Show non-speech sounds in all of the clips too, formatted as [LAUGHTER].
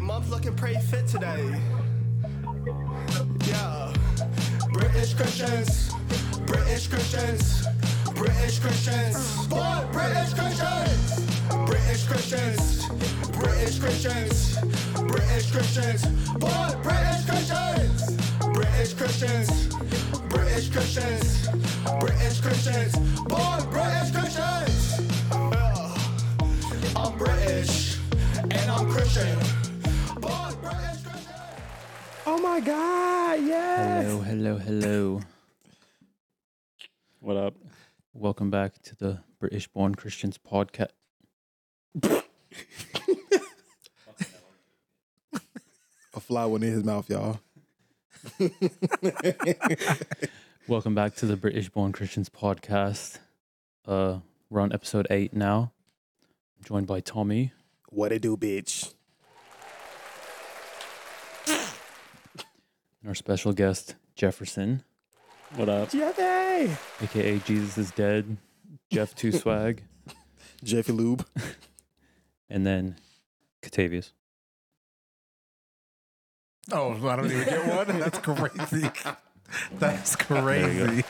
love, look, and pray fit today. Yeah. British Christians, British Christians, British Christians. Boy, British Christians! British Christians, British Christians, British Christians. Boy, British Christians! British Christians, British Christians, British Christians. Boy, British Christians! Yeah. I'm British, and I'm Christian. Boy, British Christians! Oh my god, yes. Hello, hello, hello. What up? Welcome back to the British Born Christians podcast. a fly went in his mouth, y'all. Welcome back to the British Born Christians podcast. Uh, we're on episode eight now. I'm joined by Tommy. What it do, bitch? and our special guest Jefferson, What up? Jeffy, aka Jesus is Dead, [LAUGHS] Jeff Two Swag, Jeffy Lube. and then Catavius. Oh, I don't even get [LAUGHS] one. That's crazy. That's crazy.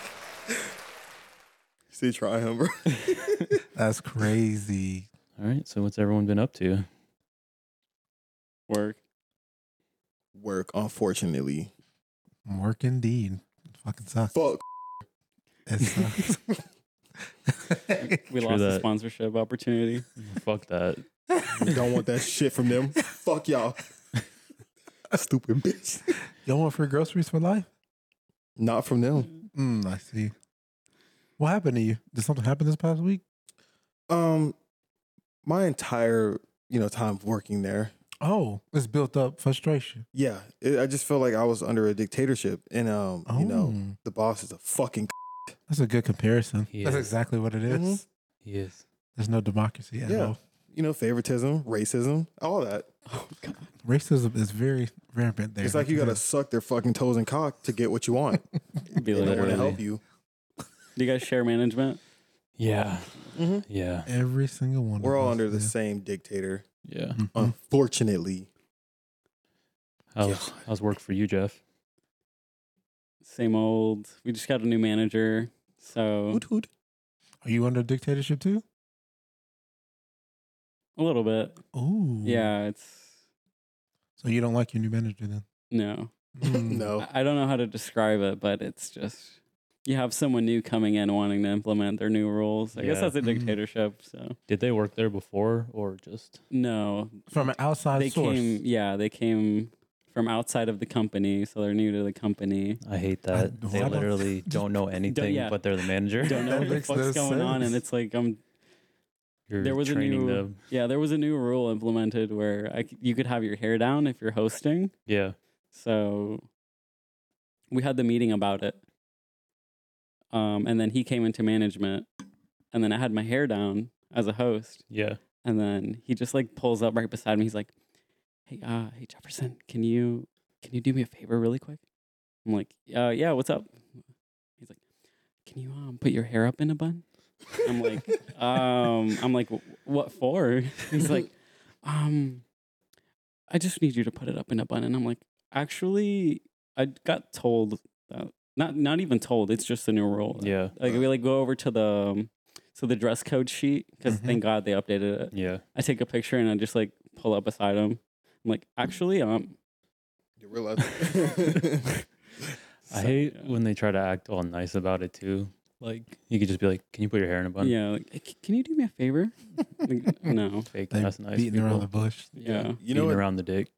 See, try him, bro. That's crazy. All right, so what's everyone been up to? Work. Work, unfortunately. Work indeed. Fucking sucks. Fuck. It sucks. We True lost the that. sponsorship opportunity. [LAUGHS] Fuck that. Don't want that shit from them. Fuck y'all. Stupid bitch. Y'all want free groceries for life? [LAUGHS] Not from them. Mm, I see. What happened to you? Did something happen this past week? Um, my entire you know time working there. Oh, it's built up frustration. Yeah, it, I just felt like I was under a dictatorship, and um, Oh, you know, the boss is a fucking. that's a good comparison. He That's is. exactly what it is. Mhm. Yes. There's no democracy at Yeah. all. You know, favoritism, racism, all that. Racism is very rampant there. It's like you gotta suck their fucking toes and cock to get what you [LAUGHS] want. [LAUGHS] Be They don't want literally. to help you. Do you guys share management? Yeah. Mm-hmm. Yeah. every single one. We're of all us, under the yeah. same dictator, Yeah. Mm. Mhm. unfortunately. How's how's work for you, Jeff? Same old. We just got a new manager. So Hoot hoot. Are you under dictatorship too? a little bit. Mm-hmm. Ooh. Yeah, it's So you don't like your new manager then? no. Mm. [LAUGHS] No. I I don't know how to describe it, but it's just you have someone new coming in wanting to implement their new rules. I guess Yeah. that's a Mhm. Mm-hmm. dictatorship. So Did they work there before or just? no, From an outside they source. came. Yeah, they came from outside of the company, so they're new to the [LAUGHS] company. I hate that. don't- they I don't- [LAUGHS] literally don't know anything, yeah. but they're the [LAUGHS] manager. Don't know That what the makes fuck's no going on, and sense. it's like I'm You're there was a training new- them. Yeah, there was a new rule implemented where I c you could have your hair down if you're hosting. Yeah. So we had the meeting about it. Um, and then he came into management. And then I had my hair down as a host. Yeah. And then he just like pulls up right beside me. He's like, "Hey, uh, hey Jefferson, can you can you do me a favor really quick?" I'm like, "Uh, yeah, what's up?" He's like, "Can you um put your hair up in a bun?" I'm like, um, I'm like, "Wh- "What for?" [LAUGHS] He's like, "Um, I just need you to put it up in a bun." And I'm like, "Actually, I got told that not not even told. It's just a new rule. Yeah. Like we like go over to the um, so the dress code sheet because Mhm. thank God they updated it. Yeah. I take a picture and I just like pull up beside him. I'm like, actually, um, You realize? so, I hate yeah. when they try to act all nice about it too. Like you could just be like, "Can you put your hair in a bun?" yeah, like, "Hey, c- can you do me a favor? [LAUGHS] Like, no, Fake They ass nice beating people. around the bush. yeah, [LAUGHS] you know beating what? around the dick.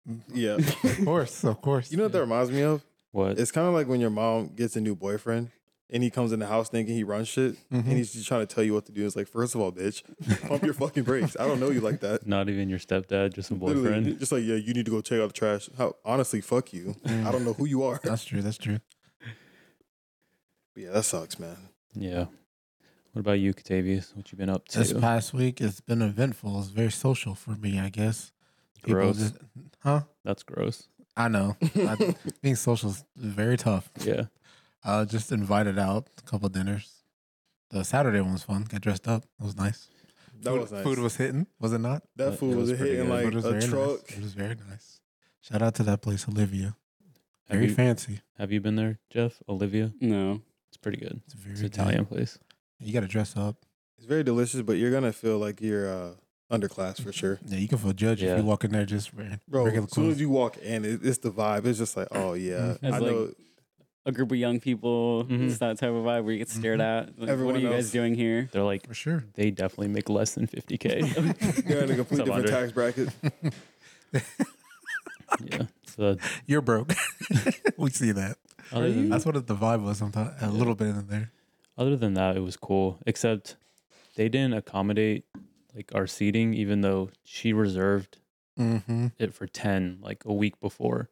Yeah. of [LAUGHS] course, of course. You know what that reminds me of? What? It's kind of like when your mom gets a new boyfriend and he comes in the house thinking he runs shit Mhm. and he's just trying to tell you what to do. It's like, first of all, bitch, pump your fucking brakes. I don't know you like [LAUGHS] that. Not even your stepdad, just a Literally, boyfriend. Just like, yeah, you need to go take out the trash. How, honestly, fuck you. I don't know who you are. That's true. That's true. yeah, that sucks, [LAUGHS] man. Yeah. What about you, Catavius? What you been up to? This past week, it's been eventful. It's very social for me, I guess. People gross. just- huh? That's gross. I know. I- being social is very tough. Yeah. I was just invited out a couple dinners. The Saturday one was fun. Got dressed up. It was nice. that food, was nice. Food was hitting, was it not? that that- food that was, was pretty hitting good. like Food was a very truck. Nice. It was very nice. Shout out to that place, Olivia. Have Very you, fancy. have you been there, Jeff? Olivia? No. It's pretty good. It's very It's good. Italian place. You gotta dress up. It's very delicious, but you're gonna feel like you're uh, underclass for sure, Yeah, you can feel judged Yeah. if you walk in there just wearing bro. regular As soon clothes. as you walk in, it, it's the vibe. [LAUGHS] It's just like, oh yeah, It's I like- know. A group of young people. Mhm. It's that type of vibe where you get stared at. Like, what are Everyone you guys else. doing here? They're like [LAUGHS] for sure. they definitely make less than [LAUGHS] 50k. They're in [LAUGHS] a complete What's different up, Andre? tax bracket. yeah. So You're broke. [LAUGHS] we see that. other than, That's what the vibe was sometimes. A little bit in there. other than that, it was cool. Except they didn't accommodate like our seating, even though she reserved Mm-hmm. it for 10 like a week before.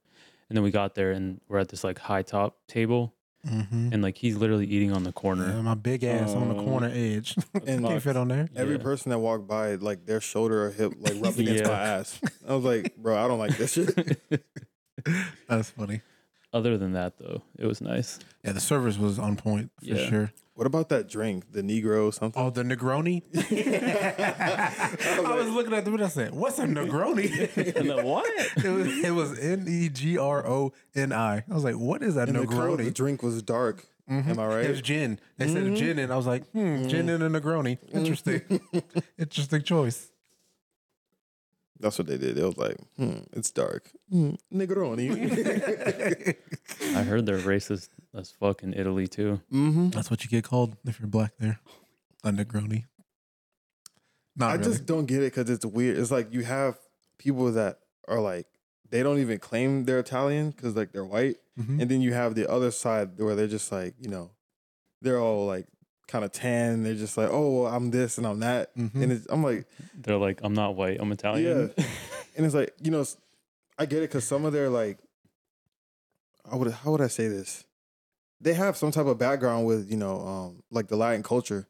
And then we got there and we're at this like high top table Mm-hmm. and like he's literally eating on the corner. uh, my big ass on the Oh. corner edge. [LAUGHS] And Can't Fuck. fit on there. every Yeah. person that walked by, like their shoulder or hip, like rubbed against my Yeah. ass. I was like, bro, I don't like this shit. That's funny. other than that though, it was nice. Yeah, the service was on point for Yeah. sure. What about that drink, the Negro something? Oh, the Negroni. [LAUGHS] I was, looking at the window. I said, "What's a Negroni?" And the what? [LAUGHS] it was it was N E G R O N I. I was like, "What is a And the color of the Negroni?" drink was dark. Am I Mm-hmm. It was right? gin. They said gin, and I was like, "Hmm, Mm. [LAUGHS] gin and a Negroni. [LAUGHS] Interesting, interesting [LAUGHS] choice." That's what they did. It was like, hmm, it's dark. Hmm, [LAUGHS] Negroni. I heard they're racist as fuck in Italy too. mm-hmm. That's what you get called if you're black there. A Negroni. Not I really. just don't get it because it's weird. It's like you have people that are like they don't even claim they're Italian because like they're white, [LAUGHS] Mhm. and then you have the other side where they're just like you know they're all like kind of tan. They're just like oh well, I'm this and I'm that, Mhm. and it's, I'm like They're like, I'm not white, I'm Italian. and it's like you know s- I get it because some of their like I would how would I say this? They have some type of background with you know um like the Latin culture.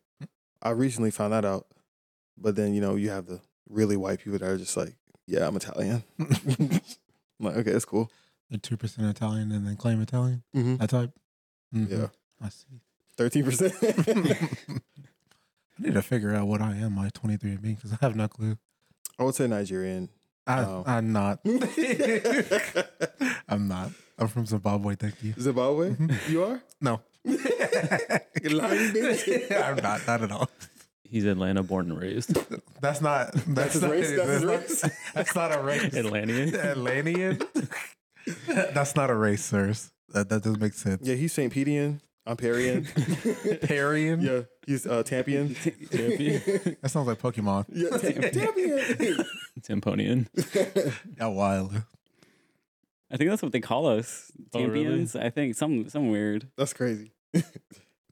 I recently found that out, but then you know you have the really white people that are just like, yeah, I'm Italian. [LAUGHS] I'm like, okay, that's cool. [LAUGHS] the two percent Italian and then claim Italian. Mm-hmm. That type. Mhm. [LAUGHS] Yeah, I see. thirteen percent. [LAUGHS] I need to figure out what I am. My twenty three me because I have no clue. I would say Nigerian. [LAUGHS] I, Oh. I'm not. I'm not. I'm from Zimbabwe. Thank you. Zimbabwe, you are? [LAUGHS] No, You lying bitch. [LAUGHS] I'm not. Not at all. [LAUGHS] He's Atlanta born and raised. That's not. That's, his not. race? That's his not, that's not a race. [LAUGHS] Atlantean. Atlantean. [LAUGHS] that's not a race, sirs. That, that doesn't make sense. Yeah, he's St. Pedian. I'm Parian. Parian. yeah, he's uh, Tampian. That sounds like Pokemon. Yeah, Tampian. Timponian. Got wild. I think that's what they call us. Oh, really? Champions. I think some some weird. That's crazy.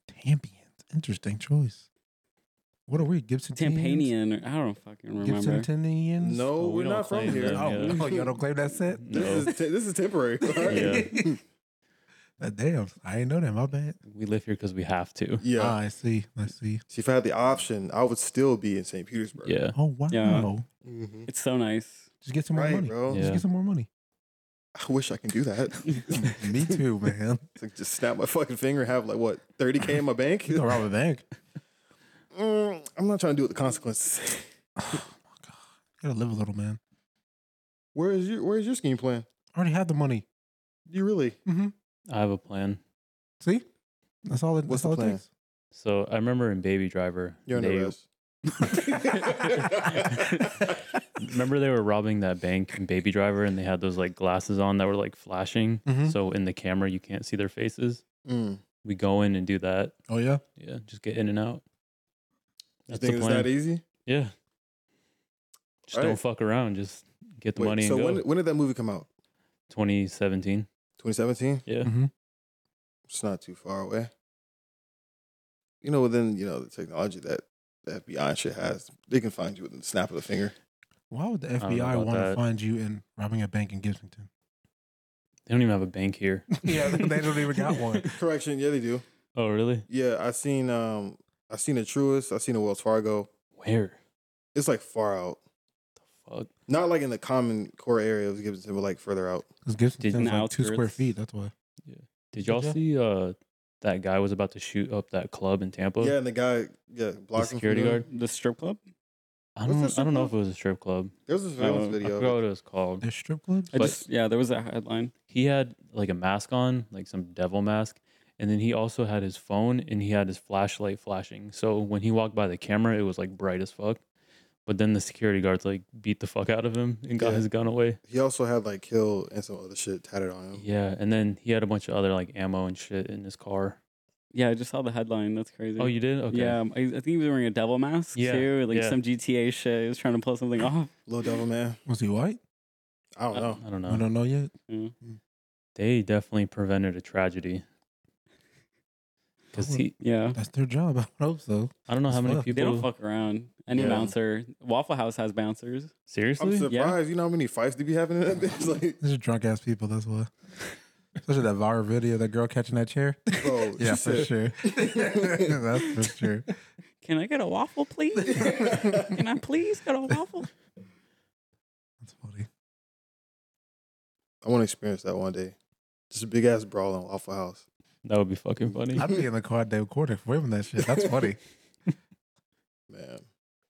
Tampient. Interesting choice. What are we? Gibson. Tampanian. Or, I don't fucking remember. Gibsonians. No, Oh, we we're don't not from claim here. them. Oh, [LAUGHS] Yeah. no, y'all don't claim that set. This No. is te- this is temporary. [LAUGHS] all right? Yeah. Uh, damn, I didn't know that. My bad. We live here because we have to. Yeah. Ah, I see. I see. See, if I had the option, I would still be in St. Petersburg. [LAUGHS] Yeah. Oh wow. Yeah. Mhm. It's so nice. Just get some more Right, money. bro. Yeah. Just get some more [LAUGHS] money. I wish I can do that. Me too, man. It's like just snap my fucking finger and have like what 30k in my bank. You can rob a [SIGHS] bank. Mm, I'm not trying to deal with the consequences. [LAUGHS] Oh, Gotta live a little, man. Where is your Where is your scheme plan? I already have the money. You really? Mm-hmm. I have a plan. See, that's all. It, What's that's all the it takes. So I remember in Baby Driver, You're under they, arrest. remember they were robbing that bank in Baby Driver and they had those like glasses on that were like flashing. Mm-hmm. Mhm. So in the camera, you can't see their faces. Mm. We go in and do that. [LAUGHS] Oh yeah. Yeah. Just get in and out. You That's think the it's plan. that e- easy? Yeah. Just All don't right. fuck around. Just get the Wait, money so and go. when when did that movie come out? 2017. 2017. Yeah. Mm-hmm. It's not too far away. You know, within you know the technology that that FBI shit has, they can find you with the snap of the finger. Why would the don't know FBI about want to that. find you in robbing a bank in Gibsonton? They don't even have a [LAUGHS] bank here. yeah, they don't even [LAUGHS] got one. Correction, yeah, they do. Oh, really? Yeah, I seen um, I seen a Truist, I seen a Wells Fargo. Where? It's like far out, The fuck? not like in the common core area of Gibson, but like further out. Because Gibsonton's Didn't like two square outskirts. feet. That's why. Did y'all Yeah. see uh that guy was about to shoot up that club in Tampa? yeah, and the guy, yeah, blocked him from security doing- guard? The strip club. I What's don't. that I don't know song if it was a strip club. There was this I surveillance don't- I I forgot video. what it was called. There's strip clubs. I But- just yeah, there was a headline. he had like a mask on, like some devil mask, and then he also had his phone and he had his flashlight flashing. So when he walked by the camera, it was like bright as fuck. But then the security guards like beat the fuck out of him and got Yeah. his gun away. He also had like kill and some other shit tatted on him. Yeah, and then he had a bunch of other like ammo and shit in his car. Yeah, I just saw the headline. That's crazy. Oh, you did? Okay. Yeah, um, I, I think he was wearing a devil mask Yeah, too, like yeah. some GTA shit. He was trying to pull something off. Little devil man. Was he white? I don't know. I don't I know. don't know yet. Yeah. They definitely prevented a tragedy. Cause Oh. he, Yeah. That's their job. [LAUGHS] I hope so. I don't know how As many fuck. They They don't people. fuck around. Any Yeah. bouncer, Waffle House has [LAUGHS] bouncers. I'm Seriously? surprised. You know how many fights they be having in that bitch? [LAUGHS] Like, These are drunk ass people. That's why. Especially that viral video, that girl catching that chair. bro. [LAUGHS] Yeah, she for said- sure. [LAUGHS] That's for sure. Can I get a waffle, please? Can I please get a waffle? That's funny. I want to experience that one day. Just a big ass brawl in Waffle House. That would be fucking funny. I'd be in the car at day recording for that shit. That's funny. Man. But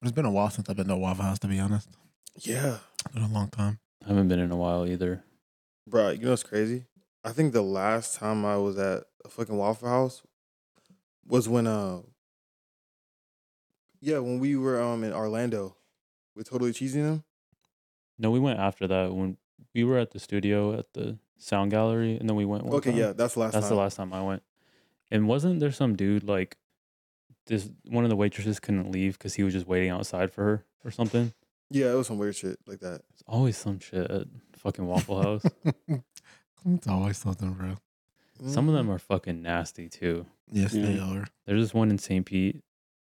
it's been a while since I've been to a Waffle House, to be honest. Yeah. It's been a long time. I haven't been in a while either. Bro, you know what's crazy? I think the last time I was at a fucking Waffle House was when uh Yeah, when we were um in Orlando with totally cheesing them. No, we went after that when we were at the studio at the sound gallery, and then we went. One Okay, time. yeah, that's the last that's time. the last time I went. And wasn't there some dude like this? One of the waitresses couldn't leave because he was just waiting outside for her or something. Yeah, it was some weird shit like that. It's always some shit at fucking [LAUGHS] Waffle House. [LAUGHS] it's always something, bro. some of them are fucking nasty too. Yes, they Yeah. are. There's this one in St. Pete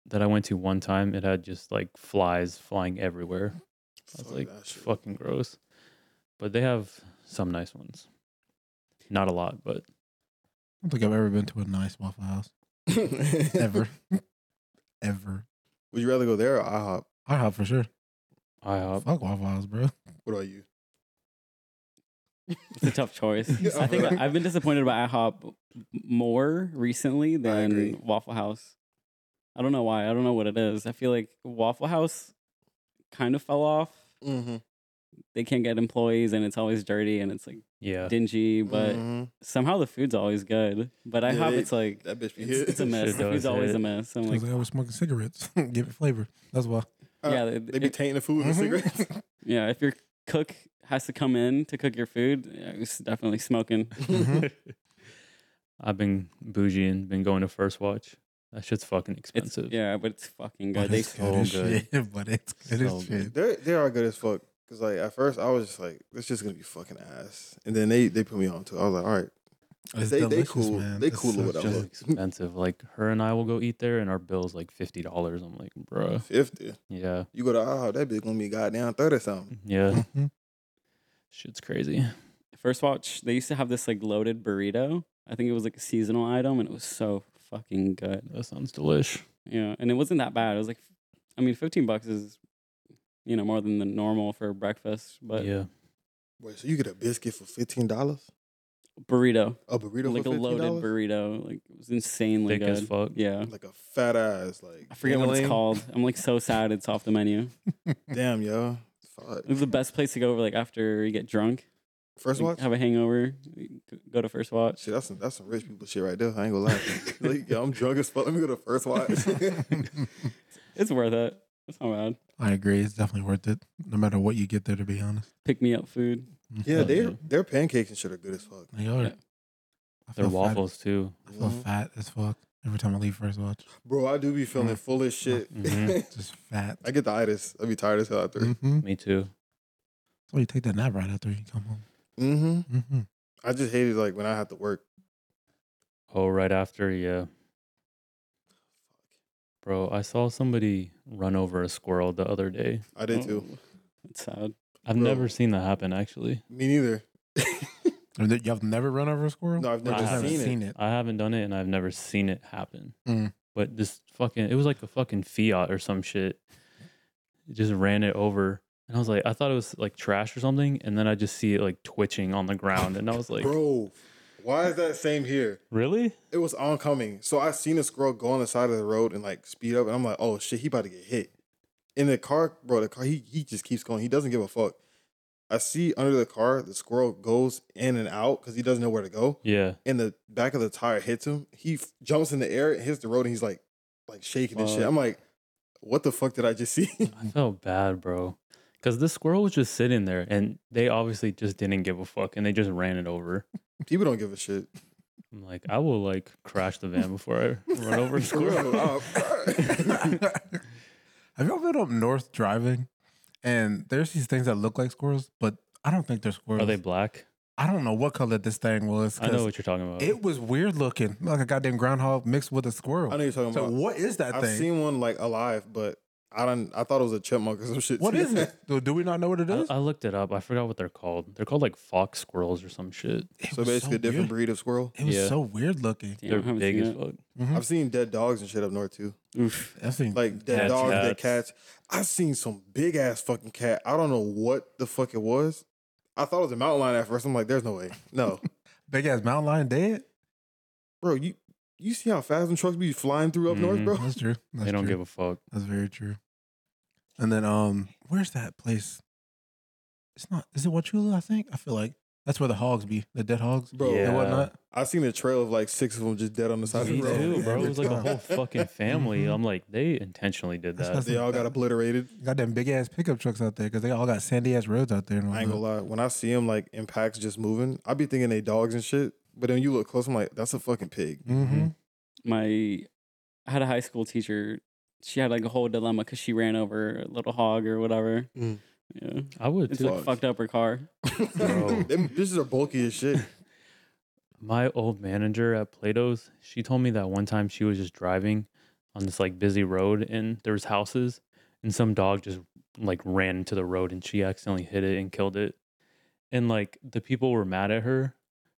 that I went to one time. It had just like flies flying everywhere. I was Fuck like, that shit. fucking gross. But they have some nice ones. Not a lot, but I don't think I've ever been to a nice Waffle House. [LAUGHS] Ever. ever. Would you rather go there or IHOP? I hop for sure. I IHOP. Fuck Waffle House, bro. What about you? It's a tough choice. [LAUGHS] Yeah, I think right. I've been disappointed by IHOP more recently agree. than Waffle House. I don't know why. I don't know what it is. I feel like Waffle House kind of fell off. Mm-hmm. They can't get employees and it's always dirty and it's like Yeah. dingy, but somehow the food's always good. But Yeah, IHOP, Mm. they- [LAUGHS] it's like that bitch be it's, it's a hit. mess. Shit The food's does always hit. a mess. I'm Like, like, I was smoking cigarettes. [LAUGHS] Give it flavor. That's why. Uh, [LAUGHS] yeah, They be it- Mm-hmm. tainting the food with [LAUGHS] Mhm. cigarettes. yeah. If your cook has to come in to cook your food, yeah, it's definitely smoking. [LAUGHS] I've been bougie and been going to First Watch. That shitit's fucking It's expensive. yeah, but it's fucking But good. They it's good as so good. shit, [LAUGHS] But it's good So as good. shit. They they are good as fuck. Cause like at first I was just like, this just gonna be fucking ass. And then they they put me on to. it. I was like, all right, It's They- they delicious, cool- man. they It's cool so with that good. [LAUGHS] So look. expensive. Like her and I will go eat there, and our bill's like fifty dollars. I'm like, bruh. fifty. Yeah, You go to IHOP, that bitch gonna be goddamn thirty something. yeah. Mhm. Shit's crazy. First Watch, they used to have this like loaded burrito. I think it was like a seasonal item and it was so fucking good. That sounds delish. Yeah. And it wasn't that bad. It was like, I mean, 15 bucks is, you know, more than the normal for breakfast, but yeah, Wait, so you get a biscuit for fifteen dollars? burrito, A burrito like for a fifteen loaded dollars? burrito. Like it was insanely thick good. as fuck. Yeah. Like a fat ass. Like I forget what it's dangling. called. I'm like so sad it's off the menu. Damn, yo. Fuck. It was the best place to go like after you get drunk. First like, watch. Have a hangover. Go to First Watch. Shit, that's some, that's some rich people shit right there. I ain't gonna [LAUGHS] lie. like, yo, I'm drunk as fuck. Let me go to first watch. It's worth it. It's not bad. [LAUGHS] I agree. It's definitely worth it, no matter what you get there. To be honest, Pick me up food. yeah, Hell they Mm-hmm. yeah. their pancakes and shit are good as fuck. they are. Yeah. I They're feel fat- waffles too. I feel Mhm. fat as fuck every time I leave First Watch. Bro, I do be feeling Mm. full as shit. Mhm. Mm-hmm. Just [LAUGHS] fat. [LAUGHS] I get the itis. I be tired as hell after. Mm-hmm. Me too. So you take that nap right after you come home. Mm-hmm. Mm-hmm. I just hated like when I had to work. Oh, right after, yeah. Bro, I saw somebody run over a squirrel the other day. I Mm-hmm. did too. Oh, It's sad. I've Bro. never seen that happen actually. Me neither. And that- Y'all have never run over a squirrel? No, I've Or never just haven't seen, it. seen it. I haven't done it and I've never seen it happen. Mm. But this fucking it was like a fucking Fiat or some shit. It just ran it over. And I was like, I thought it was like trash or something, and then I just see it like twitching on the ground and I was like, Bro, why is that same here? Really? It was oncoming. So I seen a squirrel go on the side of the road and like speed up, and I'm like, oh shit, he about to get hit. in the car, bro. The car, he he just keeps going. He doesn't give a fuck. I see under the car, the squirrel goes in and out because he doesn't know where to go. Yeah. And the back of the tire hits him. He f- jumps in the air, hits the road, and he's like, like shaking and shit. Fuck. I'm like, what the fuck did I just [LAUGHS] see? I felt bad, bro. Because this squirrel was just sitting there and they obviously just didn't give a fuck and they just ran it over. People don't give a [LAUGHS] shit. I'm like, I will like crash the van before I run over a For real. [LAUGHS] oh, squirrel. Uh, [LAUGHS] Have y'all been up north driving? And there's these things that look like squirrels, but I don't think they're squirrels. Are they black? I don't know what color this thing was. I 'cause know what you're talking about. It was weird looking, like a goddamn groundhog mixed with a squirrel. I know you're talking so about. what is that I've thing? seen one like alive, but I don't. I thought it was a chipmunk or some shit. what [LAUGHS] is it? Do, do we not know what it I, is? I looked it up. I forgot what they're called. They're called like fox squirrels or some shit. It So was basically, a different weird. breed of squirrel. It was Yeah. so weird looking. Damn, I they're haven't big seen as that. fuck. Mhm. I've seen dead dogs and shit up north too. Oof. I've seen Like dead Cats, dogs, dead cats. cats. I've seen some big ass fucking cat. I don't know what the fuck it was. I thought it was a mountain lion at first. I'm like, there's no way. [LAUGHS] No, big ass mountain lion dead. bro, you you see how fast them trucks be flying through up Mhm. north, bro? That's true. That's they don't true. give a fuck. That's very true. And then um, where's that place? It's not. Is it Wachula? I think. I feel like that's where the hogs be. The dead hogs Bro, and Yeah. whatnot. I've seen a trail of like six of them just dead on the side of Me the Me road. too, bro. It was like a Every [LAUGHS] whole time. [LAUGHS] fucking family. Mhm. I'm like, they intentionally did That's that. what's- They all got obliterated. Goddamn big ass pickup trucks out there because they all got sandy ass roads out there. And I ain't gonna whatnot. Mm-hmm. lie. When I see them like in packs just moving, I be thinking they dogs and shit. But then you look close, I'm like, that's a fucking pig. Mhm. my I had a high school teacher. She had like a whole dilemma because she ran over a little hog or whatever. Mm. Yeah, I would it's too. like Fuck. fucked up her car. [LAUGHS] [LAUGHS] Bro. them bitches are bulky as shit. My old manager at Plato's, she told me that one time she was just driving on this like busy road and there was houses and some dog just like ran into the road and she accidentally hit it and killed it. And like the people were mad at her,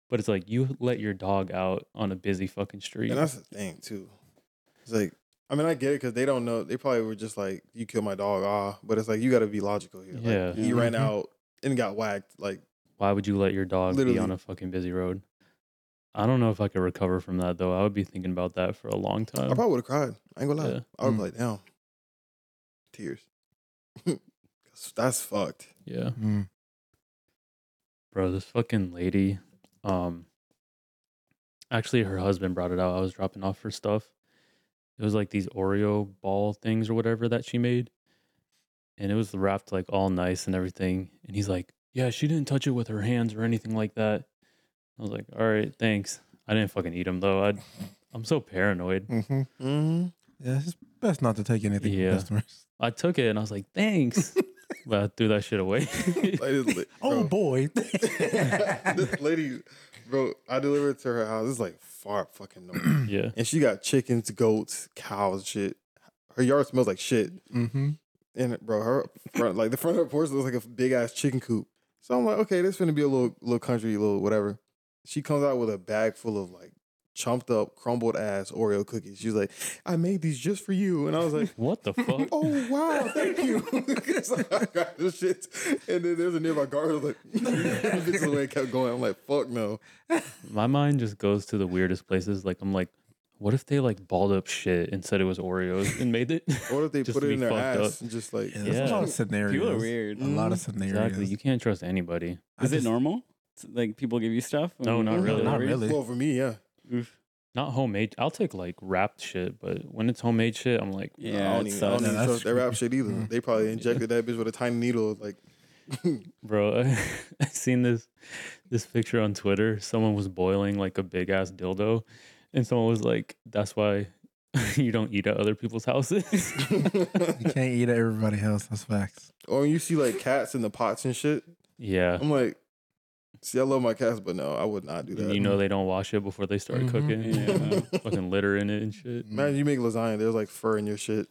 but it's like you let your dog out on a busy fucking street. And that's the thing too. It's like, I mean, I get it because they don't know. They probably were just like, "You killed my dog," ah. But it's like you got to be logical here. Like, Yeah. you ran Mhm. out and got whacked. Like, Why would you let your dog be on Literally. a fucking busy road? I don't know if I could recover from that though. I would be thinking about that for a long time. I probably would have cried. I ain't gonna lie. Oh. Yeah. I would Mm. be like, "Damn, tears." [LAUGHS] 'Cause that's fucked. yeah. Mm-hmm. Mm. bro this fucking lady um actually her husband brought it out i was dropping off her stuff it was like these oreo ball things or whatever that she made and it was wrapped like all nice and everything and he's like yeah she didn't touch it with her hands or anything like that i was like all right thanks i didn't fucking eat them though i i'm so paranoid Mhm. Mm-hmm. Yeah, it's best not to take anything Yeah. [LAUGHS] from customers. i took it and i was like thanks but i threw that shit away [LAUGHS] Like, it's li- [LAUGHS] Oh bro. boy. [LAUGHS] this lady, bro, I delivered to her house. It's like far fucking north. yeah and she got chickens, goats, cows, shit. Her yard smells like shit. mm-hmm. And it- bro, her front, like the front of her porch looks like a big ass chicken coop. So I'm like, okay, this gonna be a little little country, little whatever. She comes out with a bag full of like chumped up, crumbled ass Oreo cookies. She's like, I made these just for you. And I was like, [LAUGHS] what the fuck Oh wow, thank you. [LAUGHS] so I got this shit. And then there's a nearby guard like [LAUGHS] this is the way it kept going. I'm like, fuck no. My mind just goes to the weirdest places. Like I'm like, what if they like balled up shit and said it was Oreos and made it? [LAUGHS] What if they Just put to it be in their fucked ass and just like Yeah, there's a Yeah. lot of scenarios. People are weird. A lot of scenarios. Mm-hmm. exactly. You can't trust anybody. I Is it just- normal? It's like people give you stuff? when No, you not order really. Not delivery? really. Well for me, yeah. Oof. Not homemade. I'll take like wrapped shit, but when it's homemade shit, I'm like, I Yeah, don't it even, I don't sucks. No, even that's trust that rap creepy. shit either. Mm. They [LAUGHS] probably injected that bitch with a tiny needle. Like, bro, [LAUGHS] I seen this this picture on Twitter. Someone was boiling like a big ass dildo, and someone was like, "That's why [LAUGHS] you don't eat at other people's houses." [LAUGHS] You can't eat at everybody else. That's facts. [LAUGHS] or when you see like cats in the pots and shit, yeah, I'm like, see, I love my cats, but no, I would not do and that. Mm-hmm. you know they don't wash it before they start Mhm. cooking. Yeah. [LAUGHS] Fucking litter in it and shit. Imagine you make lasagna, there's like fur in your shit.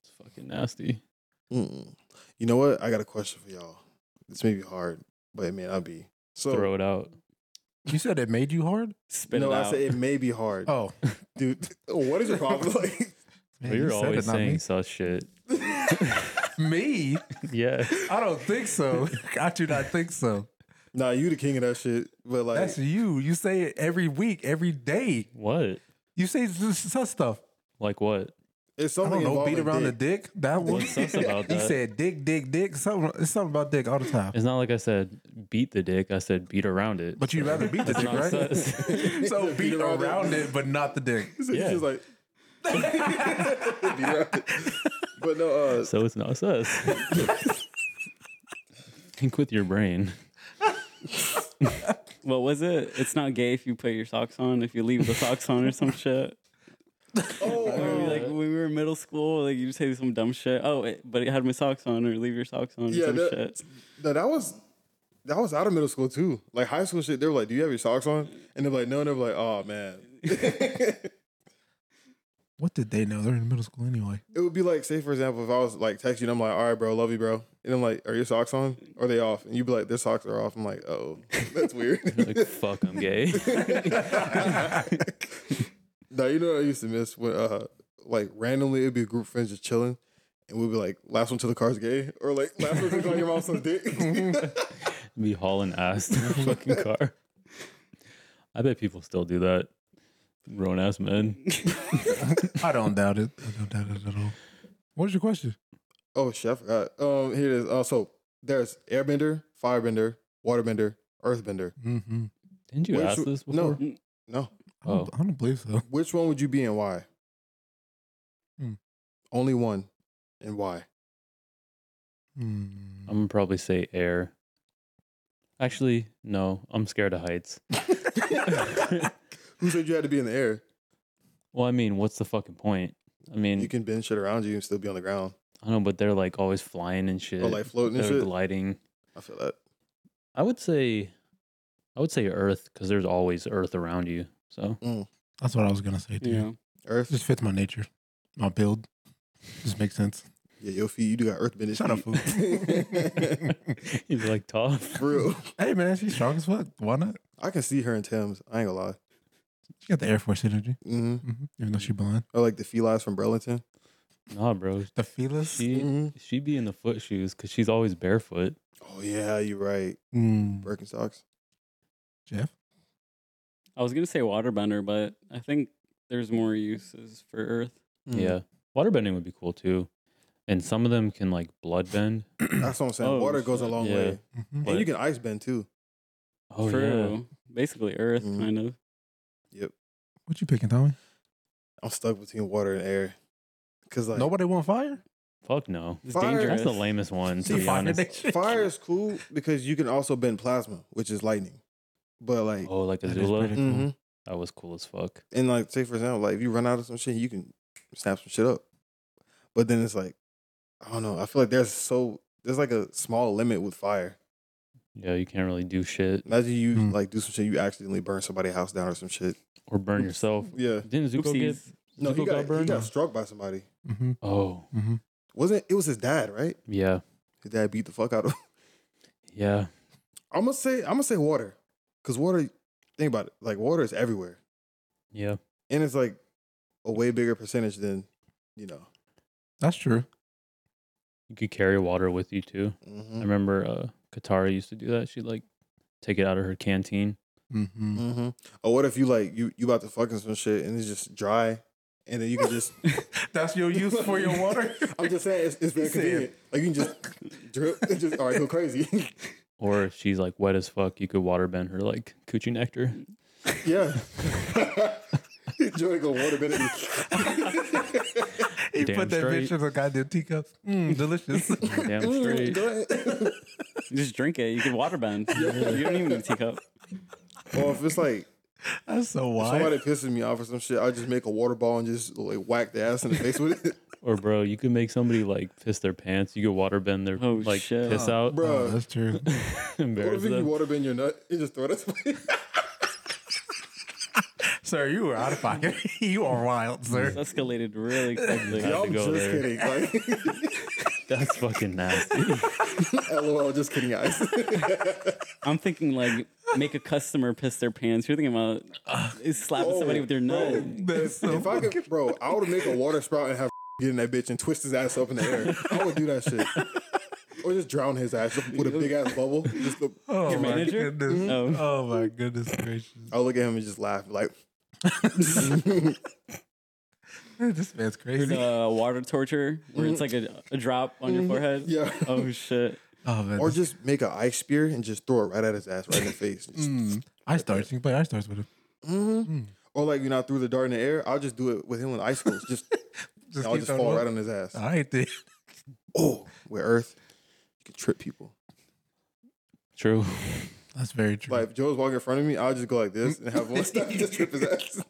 It's fucking nasty. Mm-mm. You know what? I got a question for y'all. This may be hard, but it may not be. So, Throw it out. You said it made you hard? Spit no, it I out. said it may be hard, Oh. [LAUGHS] dude. [LAUGHS] What is your [LAUGHS] problem? Like, [LAUGHS] Man, But you you're said it, always not saying such [LAUGHS] shit. me. me. Yeah. I don't think so. I do not think so. nah, you the king of that shit. But like, That's you. You say it every week, every day. What? You say s- s- such stuff. Like what? It's I something don't know. involving Beat around dick. [LAUGHS] the dick. That [LAUGHS] one. What's sus about He that? said dick, dick, dick. Something. It's something about dick all the time. It's not like I said beat the dick. I said beat around it. But you'd rather beat the That's dick, not right? sus. [LAUGHS] so beat around it. [LAUGHS] around it, but not the dick. So he's Yeah. just [LAUGHS] like, [LAUGHS] beat around it. but no, [LAUGHS] uh, [LAUGHS] So it's not [LAUGHS] sus. Think with your brain. What was it? It's not gay if you put your socks on, if you leave the socks on or some [LAUGHS] shit. oh, I remember, uh, like when we were in middle school, like you just say some dumb shit. Oh, it, but it had my socks on, or leave your socks on, or Yeah, some that- [LAUGHS] shit. no, that was that was out of middle school too. Like high school shit, they were like, "Do you have your socks on?" And they're like, "No," and they're like, "Oh man." [LAUGHS] it What did they know? They're in middle school anyway. would be like, say for example, if I was like texting, you, and I'm like, "All right, bro, love you, bro," and I'm like, "Are your socks on? Are they off?" And you'd be like, "Their socks are off." I'm like, "Oh, [LAUGHS] that's weird." [LAUGHS] Like fuck, I'm [LAUGHS] gay. No, you know what I used to miss when uh like randomly it'd be a group of friends just chilling and we'd be like last one to the car's gay or like last one to the car your mom's son's dick. [LAUGHS] Be hauling ass in a fucking car. I bet people still do that. Grown ass men. I don't doubt it. I don't doubt it at all. What's your question? oh shit, I forgot. Um here it is. Uh, so there's airbender, firebender, waterbender, earthbender. Mm-hmm. Didn't you Which ask w- this no. before? No. I, don't, I don't believe so. Which one would you be and why? Hmm. Only one and why? Hmm. I'm gonna probably say air. Actually, no. I'm scared of [LAUGHS] heights. [LAUGHS] Who said you had to be in the air? Well, I mean, what's the fucking point? I mean, You can bend shit around you and still be on the ground. I don't know, but they're like always flying and shit. Or like floating and they're shit. gliding. I feel that. I would say, I would say Earth because there's always Earth around you. [LAUGHS] So [LAUGHS] That's what I was gonna say too. Yeah. It Earth? just fits my nature, my build. Just makes sense. Yeah, your feet, you do got earthbending. Shut up, fool. feet. you'd be like tough. [LAUGHS] For real. Hey man, she's strong as fuck. Why not? I can see her in Tim's. I ain't gonna lie. She got the Air Force energy, Mm-hmm. mm-hmm. even though she's blind. Or like the felines from Burlington. Nah, bro. The feelers. She Mhm. she'd be in the foot shoes because she's always barefoot. Oh yeah, you're right. Mm. Birkenstocks. Jeff. I was gonna say waterbender, but I think there's more uses for Earth. Mm. Yeah, waterbending would be cool too. And some of them can like blood bend. That's what I'm saying. Oh, Water goes a shit. long Yeah. way, Mm-hmm. and But- you can ice bend too. Oh yeah. Mm. True. Basically, Earth, Mhm. kind of. What you picking, Tommy? I'm stuck between water and air, cause like Nobody want fire. Fuck no. It's Fire- dangerous. That's the lamest one to See, be fire honest. fire is cool because you can also bend plasma, which is lightning. But like, Oh, like That is Azula. pretty- mhm. That was cool as fuck. and like, say for example, like if you run out of some shit, you can snap some shit up. But then it's like, I don't know. I feel like there's so there's like a small limit with fire. Yeah, you can't really do shit Imagine you Hmm. Mm. like do some shit, you accidentally burn somebody's house down or some shit. or burn yourself. Yeah. Didn't Zuko get? Oopsies. No, he Zuko got, he burned? got struck by somebody. Mm-hmm. Oh Mm-hmm. Wasn't it was his dad, right? yeah, His dad beat the fuck out of him. yeah. I'm gonna say I'm gonna say water, cause water. Think about it, like water is everywhere, Yeah. and it's like a way bigger percentage than you know. That's true. You could carry water with you too. I Mm-hmm. remember uh Katara used to do that. She'd like take it out of her canteen. Mm-hmm. Mm-hmm. Or what if you like you you about to fucking some shit and it's just dry, and then you can just. That's your use for [LAUGHS] your water. I'm just saying it's, it's very He said- convenient. Like you can just drip, and just all right, go crazy. [LAUGHS] Or if she's like wet as fuck, you could water bend her like coochie nectar. [LAUGHS] yeah. Joey go water bending. he Damn put that straight. bitch in a goddamn teacup. Mm, [LAUGHS] [LAUGHS] delicious. Damn Mm, straight. Go ahead. [LAUGHS] You just drink it. You can waterbend. you don't even need a teacup. or if it's like That's so If wild. somebody pisses me off or some shit, I just make a water ball and just like whack the ass in the face with it. [LAUGHS] Or bro, you could make somebody like piss their pants. You could water bend their Oh, like shit. piss out. [LAUGHS] Bruh. Oh, that's true. What if Embarrass you them. water bend your nut and just throw it [LAUGHS] away? sir, you were out of pocket. [LAUGHS] you are wild, It's sir. escalated [LAUGHS] really quickly. Had to I'm go just there. kidding. Like, That's [LAUGHS] fucking nasty. lol, just kidding, guys. I'm thinking like make a customer piss their pants. You're thinking about is slapping somebody Oh, with their nut. That's so if I could, bro, I would make a water sprout and have [LAUGHS] get in that bitch and twist his ass up in the air. I would do that [LAUGHS] shit. Or just drown his ass with a big ass bubble. Just the, Oh Your my manager? goodness. Oh. Oh my goodness gracious. I'll look at him and just laugh. Like, this man's crazy. The water torture, where it's like a, a drop on your forehead. Mm. Yeah. Oh shit. oh man. Or this- just make an ice spear and just throw it right at his ass, right in the face. mm, I starts. You can play I starts with him. Mhm. Or like you know, I threw the dart in the air. I'll just do it with him with icicles. [LAUGHS] Just Just I'll keep just throwing fall them right up. on his ass. All right then. Oh, with Earth, you can trip people. True. [LAUGHS] That's very true. Like if Joe's walking in front of me, I'll just go like this and have one [LAUGHS] step and just trip his ass.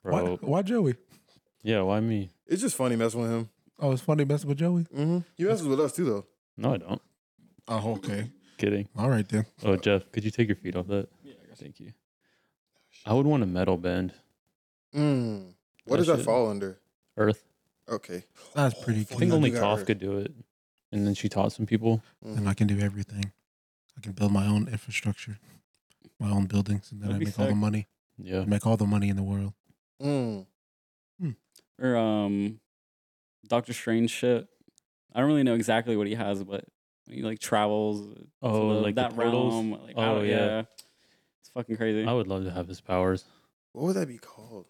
why, Bro. why Joey? Yeah, why me? It's just funny messing with him. Oh, it's funny messing with Joey. Mm-hmm. He messes with us too though. No, I don't. Oh, okay. Kidding. All right then. Oh, Jeff, could you take your feet off that? Yeah, thank you. I would want a metal bend. Mm. What That does that shit. fall under? Earth. Okay. That's pretty fuck, I clean. think I only do got Toph Earth. could do it, and then she taught some people. Mm. And I can do everything. I can build my own infrastructure, my own buildings, and then That'd I be make all the sick. money. Yeah, I make all the money in the world. Mm. Or um, Doctor Strange shit. I don't really know exactly what he has, but when he like travels. to Oh, like the that portals? realm. Like, Oh, oh yeah. yeah. It's fucking crazy. I would love to have his powers. What would that be called?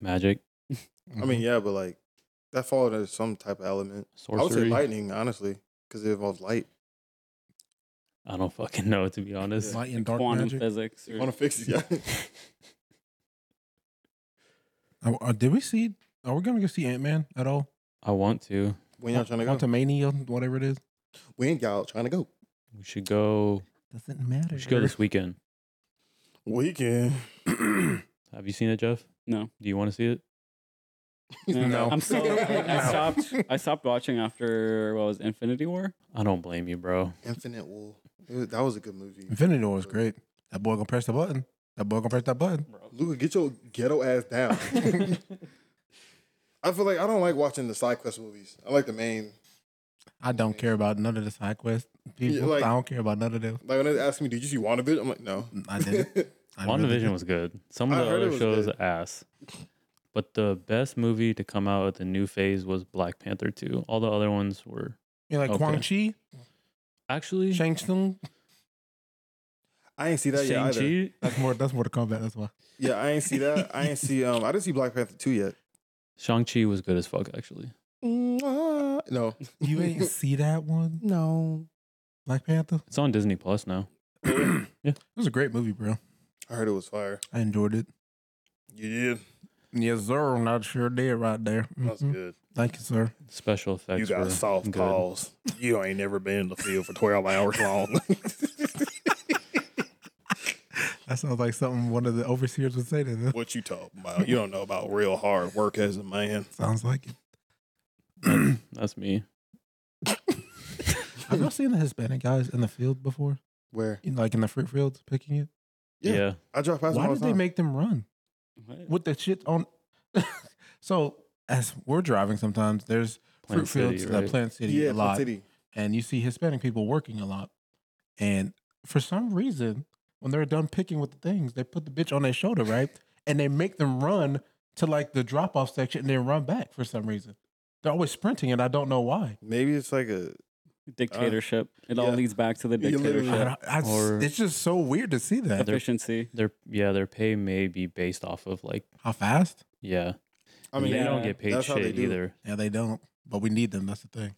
Magic, I Mm-hmm. mean, yeah, but like that fall under some type of element. I would say sorcery. I, lightning, honestly, because it involves light. don't fucking know to be honest. light and dark Quantum magic. physics. You or- want to fix it? Yeah. Are- are- Oh, uh, did we see? Are we gonna go see Ant Man at all? I want to. when y'all trying to go? Quantumania, whatever it is. We ain't y'all trying to go. We should go. Doesn't matter. We should go this weekend. Weekend. Have you seen it, Jeff? No. Do you want to see it? [LAUGHS] Yeah. No. I'm [LAUGHS] so. I, I No. stopped. I stopped watching after what was it, Infinity War. [LAUGHS] I don't blame you, bro. [CLEARS THROAT] Infinite Wool. It was- that was a good movie. Infinity War is great. That boy gonna press the button. That boy gonna press that button. Luca, get your ghetto ass [LAUGHS] down. I feel like I don't like watching the side quest movies. I like the main. I don't care about none of the side quest people. like- I don't care about none of them. Like when they ask me, "Did you see WandaVision?" I'm like, "No." I didn't. I really WandaVision didn't. was good. Some of I the heard it other was shows good. ass. But the best movie to come out at the new phase was Black Panther 2. All the other ones were You like Okay. Kwang Chi, actually Shang Tsung. [LAUGHS] I ain't see that yet either. Shang-Chi. That's more. That's more to combat. That's why. Yeah, I ain't see that. I ain't see. Um, I didn't see Black Panther two yet. Shang-Chi was good as fuck actually. Mm, ah, [LAUGHS] no, You [LAUGHS] ain't see that one, no. Black Panther. It's on Disney Plus now. It was a great movie, bro. I heard it was fire. I enjoyed it. You did. Yes, sir. I sure did right there. That's Mhm. good. Thank you, sir. Special effects. you got were soft good. paws. You ain't never been in the field for twelve hours [LAUGHS] long. That sounds like something one of the overseers would say to them. what you talking about? You don't know about real hard work as a man. Sounds like it. That's, that's me. Have y'all seen the Hispanic guys in the field before? Where? In, like in the fruit fields picking it? Yeah. Yeah. I drop past. Why them all did the they time. make them run What? with the shit on? [LAUGHS] so as we're driving, sometimes there's Plant fruit fields, City, uh, right? Plant City yeah, a Plant lot, City. and you see Hispanic people working a lot. And for some reason, when they're done picking with the things, they put the bitch on their [LAUGHS] shoulder, right? and they make them run to like the drop off section and then run back for some reason. They're always sprinting, and I don't know why. Maybe it's like a Dictatorship. it all yeah. leads back to the You literally- dictatorship. I, I- Or- it's just so weird to see that. Efficiency. Their yeah, their pay may be based off of like How fast? yeah. I mean, they yeah, don't get paid that's how they shit do it. either. Yeah, they don't, but we need them. That's the thing.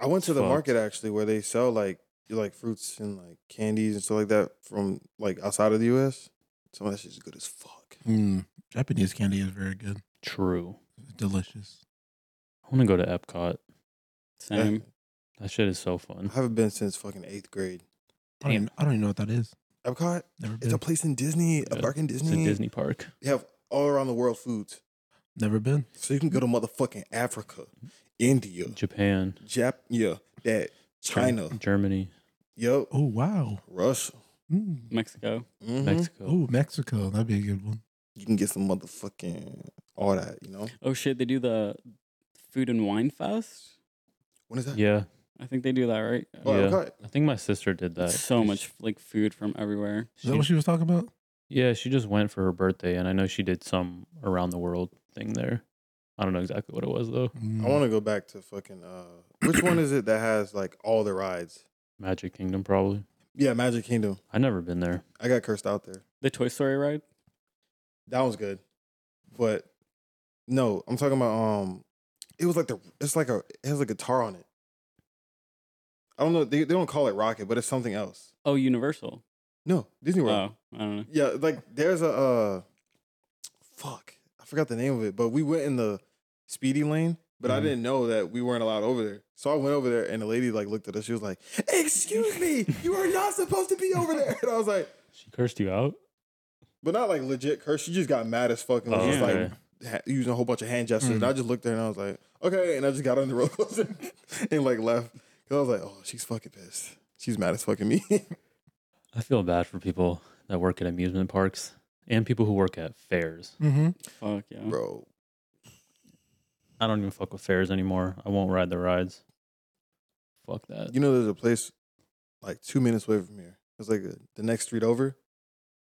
I went to the Fucked. market actually where they sell like like fruits and like candies and stuff like that from like outside of the U.S. Some of that shit's good as fuck. Mm, Japanese candy is very good. True. It's delicious. I want to go to Epcot. Same. Mm-hmm. That shit is so I fun. haven't been since fucking eighth grade. I don't, even, I don't even know what that is. Epcot, Never been. it's a place in Disney, a Yeah, park in It's a Disney. Disney park. They have all around the world foods, Never been. so you can go to motherfucking Africa, Mm-hmm. India, Japan, Jap, yeah, that Ger- China, Germany, yo, Oh wow. Russia. Mm. Mexico. Mhm. Mexico. Oh Mexico, that'd be a good one. You can get some motherfucking all that, you know. Oh shit, they do the food and wine fest. When is that? Yeah, I think they do that, right? Oh, yeah. Epcot? I think my sister did that. so She- much like food from everywhere. Is that what she- she was talking about? yeah, she just went for her birthday, and I know she did some around the world thing there. I don't know exactly what it was though. I want to go back to fucking. Uh, which one is it that has like all the rides? Magic Kingdom, probably. Yeah, Magic Kingdom. I never been there. I got cursed out there. The Toy Story ride. That was good, but No, I'm talking about um, it was like the it's like a it has a guitar on it. I don't know. They, they don't call it rocket, but it's something else. Oh, Universal. No, Disney World. Oh, I don't know. Yeah, like there's a uh fuck. I forgot the name of it, but we went in the speedy lane, but I Mhm. didn't know that we weren't allowed over there. So I went over there and the lady like looked at us. She was like, "Excuse me, you are not supposed to be over there." [LAUGHS] And I was like, She cursed you out. but not like legit curse. She just got mad as fuck and was Oh, just like okay. ha- using a whole bunch of hand gestures. And Mm. I just looked there and I was like, "Okay," and I just got on the road [LAUGHS] and, like left. 'Cause I was like, "Oh, she's fucking pissed. She's mad as fucking me." [LAUGHS] I feel bad for people that work at amusement parks and people who work at fairs. Mm-hmm. Fuck yeah. Bro, I don't even fuck with fairs anymore. I won't ride the rides. Fuck that. you know there's a place like two minutes away from here it's like a, the next street over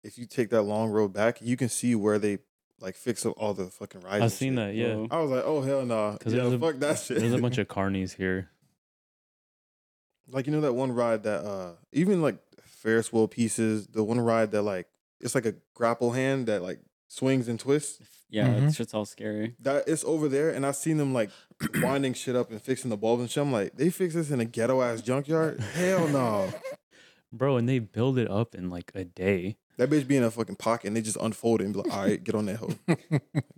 if you take that long road back you can see where they like fix up all the fucking rides I've and seen shit. that. Yeah. Whoa. i was like oh hell no 'Cause yeah there's a- fuck that shit There's a bunch of carnies here. [LAUGHS] like you know that one ride that uh even like ferris wheel pieces the one ride that like it's like a grapple hand that like swings and twists Yeah, Mhm. that shit's all scary. that it's over there and i've seen them like [CLEARS THROAT] winding shit up and fixing the bulbs and shit i'm like they fix this in a ghetto ass junkyard hell no Bro, and they build it up in like a day. That bitch be in a fucking pocket and they just unfold it and be like, all right, get on that [LAUGHS] hoe.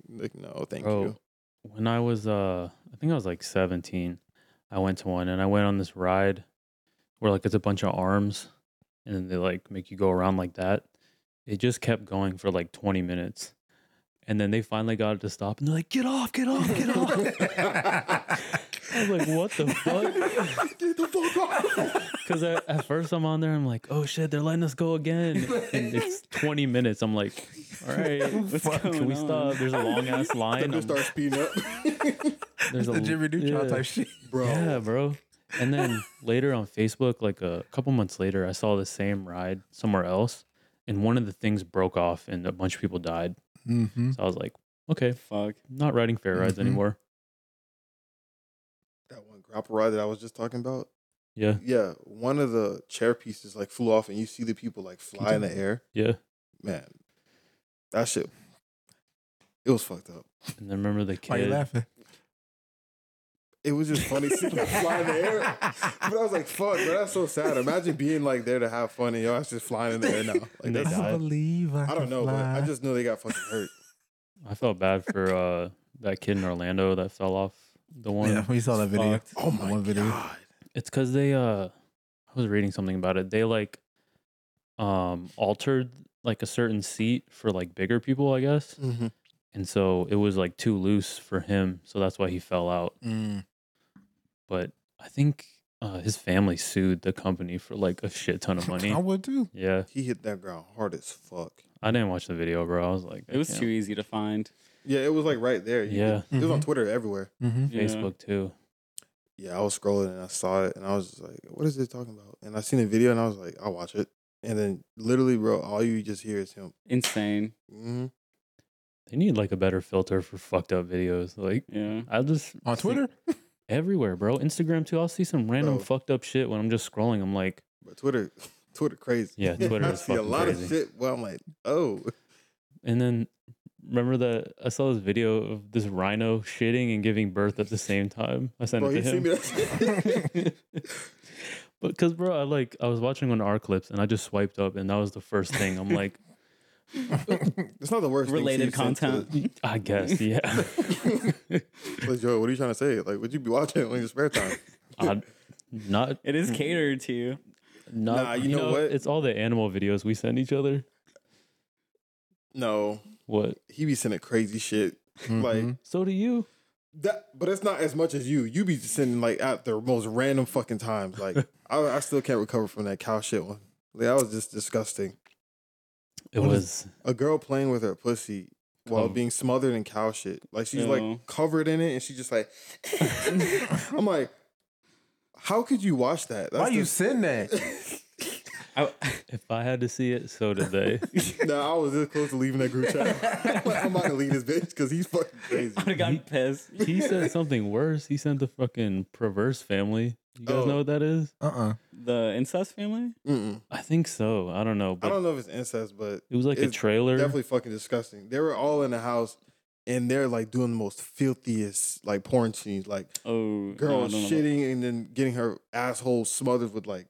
like, no, thank Bro, you. when I was uh I think I was like 17, I went to one and I went on this ride where like it's a bunch of arms and then they like make you go around like that. It just kept going for like 20 minutes. And then they finally got it to stop and they're like, "Get off, Mm-hmm. [LAUGHS] get Oh, off, get off." [LAUGHS] [LAUGHS] I was like, "What the fuck?" Get the fuck [LAUGHS] [LAUGHS] off. Cuz at, at first I'm on there I'm like, "Oh shit, they're letting us go again." [LAUGHS] And it's 20 minutes. I'm like, "All right, What's can we going stop? on? There's a [LAUGHS] long ass line. Then they I'm- start speeding [LAUGHS] up. there's the a Jimmy Neutron yeah. type shit. Bro. Yeah, bro. And [LAUGHS] then later on Facebook, like a couple months later, I saw the same ride somewhere else, and one of the things broke off, and a bunch of people died. Mm-hmm. So I was like, okay, Fuck. not riding fair rides Mhm. anymore. That one grapple ride that I was just talking about. Yeah, Yeah, one of the chair pieces like flew off and you see the people like fly in the air. yeah. Man, that shit, it was fucked up. And then remember the Why you kid. laughing? It was just funny seeing them fly in the air. [LAUGHS] But I was like, fuck, bro, that's so sad. Imagine being like there to have fun and your ass just flying in the air now. Like And they that's died. I believe I. I don't can know, but I fly. just know they got fucking hurt. I felt bad [LAUGHS] for uh, that kid in Orlando that fell off the one. Yeah, we saw that video. Fucked. Oh my One video. God. It's because they uh, I was reading something about it. They like, um, altered like a certain seat for like bigger people, I guess. Mm-hmm. and so it was like too loose for him so that's why he fell out Mm. but i think uh, his family sued the company for like a shit ton [LAUGHS] of money I would too. yeah He hit that ground hard as fuck. i didn't watch the video bro i was like It was too easy to [LAUGHS] find. Yeah, it was like right there. You yeah could- it was on Twitter everywhere. Mm-hmm. Yeah. facebook too Yeah, I was scrolling and I saw it and I was just like, what is this talking about? And I seen the video and I was like, I'll watch it. And then literally, bro, all you just hear is him. Insane. hmm they need like a better filter for fucked up videos like Yeah. i just On see- Twitter, [LAUGHS] everywhere bro instagram too i'll see some random Bro. fucked up shit when i'm just scrolling i'm like But Twitter, [LAUGHS] Twitter crazy. Yeah, Twitter [LAUGHS] I is see a fucking lot of crazy. shit where I'm like, oh. and then remember that i saw this video of this rhino shitting and giving birth at the same time i sent Bro, it to he him seen me that shit. [LAUGHS] but because bro i like i was watching one of our clips and i just swiped up and that was the first thing i'm like [LAUGHS] It's not the worst. thing Related Steve sent to- content. i guess yeah [LAUGHS] Like, Joe, what are you trying to say? Like, would you be watching in your spare [LAUGHS] time? I, not [LAUGHS] It [LAUGHS] is catered to you. not Nah, you know what? it's all the animal videos we send each other No, what he be sending crazy shit. Mm-hmm. Like, so do you That, but it's not as much as you. You be sending like at the most random fucking times. [LAUGHS] Like I, I still can't recover from that cow shit one. Like that was just disgusting. it What was A girl playing with her pussy while Cum. being smothered in cow shit. Like she's Ew. like covered in it, and she just like. [LAUGHS] I'm like, how could you watch that? why you just- [LAUGHS] send that? [LAUGHS] I, if i had to see it so did [LAUGHS] they Nah, I was this close to leaving that group [LAUGHS] chat. [LAUGHS] Like, I'm about to leave this bitch because he's fucking crazy. I got pissed. he said something worse he sent the fucking perverse family you guys Oh. know what that is Uh uh [LAUGHS] The incest family? Mm-mm. i think so i don't know I but don't know if it's incest, but it was like a It's trailer definitely fucking disgusting. They were all in the house, and they're like doing the most filthiest like porn scenes, like Oh, girl no, no, shitting and then getting her asshole smothered with like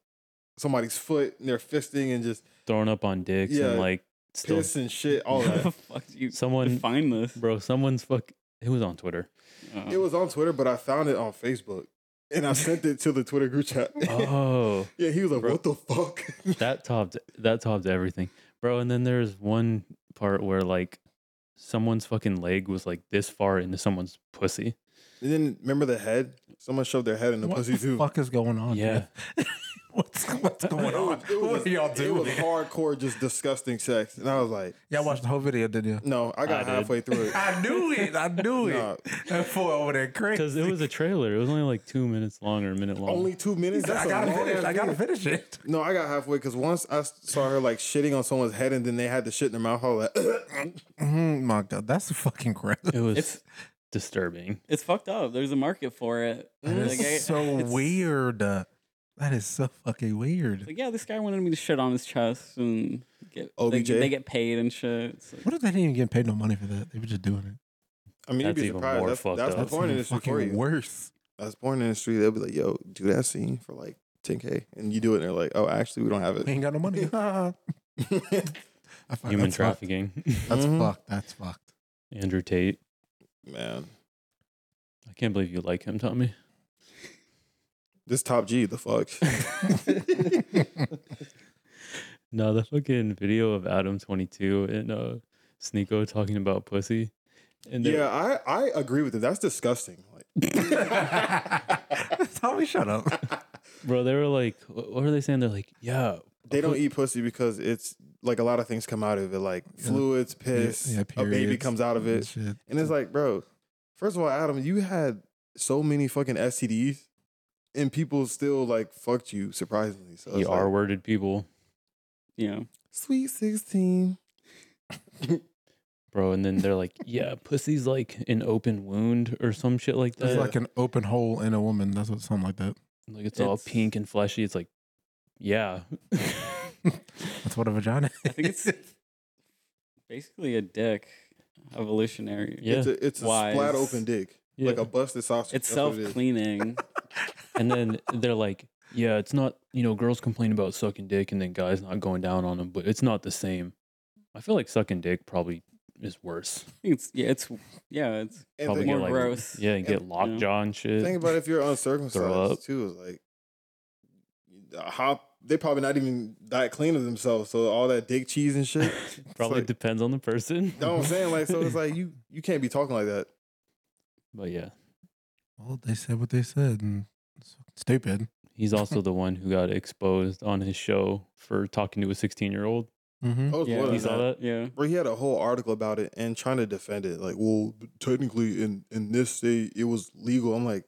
somebody's foot and they're fisting and just throwing up on dicks Yeah, and like still piss and shit, all [LAUGHS] All [LAUGHS] that. Fuck you. someone Find this. bro someone's fuck it was [LAUGHS] on twitter Uh, it was on Twitter, but I found it on Facebook. And I sent it to the Twitter group [LAUGHS] chat. oh [LAUGHS] yeah, he was like, Bro. "What the fuck?" [LAUGHS] that topped that topped everything bro and then there's one part where like someone's fucking leg was like this far into someone's pussy And then remember the head? Someone shoved their head in the what pussy the too. fuck is going Oh, on? Yeah. man? [LAUGHS] what's what's going [LAUGHS] It on? was, it was- what are y'all It was doing? hardcore, just disgusting sex. And I was like, Y'all watched the whole video, didn't you? no, I got I did. halfway through it. I knew it. I knew Nah. it. That fool over [LAUGHS] there crazy. because it was a trailer it was only like two minutes long or a minute long Only two minutes. I That's a gotta long finish. ass I gotta video. finish it. No, I got halfway because once I s- saw her like shitting on someone's head, and then they had the shit in their mouth. I was like, [COUGHS] Mm, my god, that's fucking crazy. it was It's- disturbing it's fucked up. There's a market for it. Mm-hmm. That is Like, I- so it's- weird. Uh, that is so fucking weird. Like, yeah, this guy wanted me to shit on his chest and get They, OBJ? they get paid and shit. It's like- What if they didn't even get paid no money for that? They were just doing it. I mean, you'd That's be even surprised. more That's, fucked that's up. the That's porn even industry fucking for you. worse. That's porn industry. They'll be like, "Yo, do that scene for like 10k," and you do it, and they're like, "Oh, actually, we don't have We it." ain't got no [LAUGHS] money. I find human that's fucked. trafficking [LAUGHS] That's Mhm. fucked. That's fucked. andrew tate [LAUGHS] Man, i can't believe you like him tommy this top G, the [LAUGHS] fuck. No, the fucking video of Adam twenty two and uh Sneeko talking about pussy. And then- yeah, I I agree with it. That's disgusting. [LAUGHS] Like, [LAUGHS] Tommy, shut up. bro, they were like, wh- what are they saying? They're like, yeah, they don't put- eat pussy because it's like a lot of things come out of it, like fluids, piss. Yeah, a baby periods comes out of and it, shit. and it's like, bro. First of all, Adam, you had so many fucking STDs, and people still like fucked you surprisingly. So he it's like, R worded people, yeah. sweet sixteen. bro. And then they're like, yeah, pussy's like an open wound or some shit like that. It's like an open hole in a woman. That's what something like that. like it's, all it's- pink and fleshy. It's like, yeah, That's what a vagina. I think it's basically a dick evolutionary. Yeah. It's a, it's a Wise. splat open dick, yeah. like a busted sausage. It's That's what self it is. cleaning. and then they're like, yeah, it's not. You know, girls complain about sucking dick and then guys not going down on them, but it's not the same. I feel like sucking dick probably is worse. it's yeah, it's yeah, it's And probably think, more get like gross. yeah, and get Yeah. lockjaw and shit. think [LAUGHS] about if you're up. uncircumcised too. It's like how they probably not even that clean of themselves. So all that dick cheese and [LAUGHS] shit. it's Probably like- depends on the person. know what I'm saying? Like, [LAUGHS] so it's like you you can't be talking like that. But yeah, [LAUGHS] well, they said what they said, and it's stupid. he's also the one who got exposed on his show for talking to a 16 year old. Mm-hmm. I was Yeah, more than You saw that? Yeah. Bro, he had a whole article about it and trying to defend it. Like, well, technically in in this state it was legal. I'm like,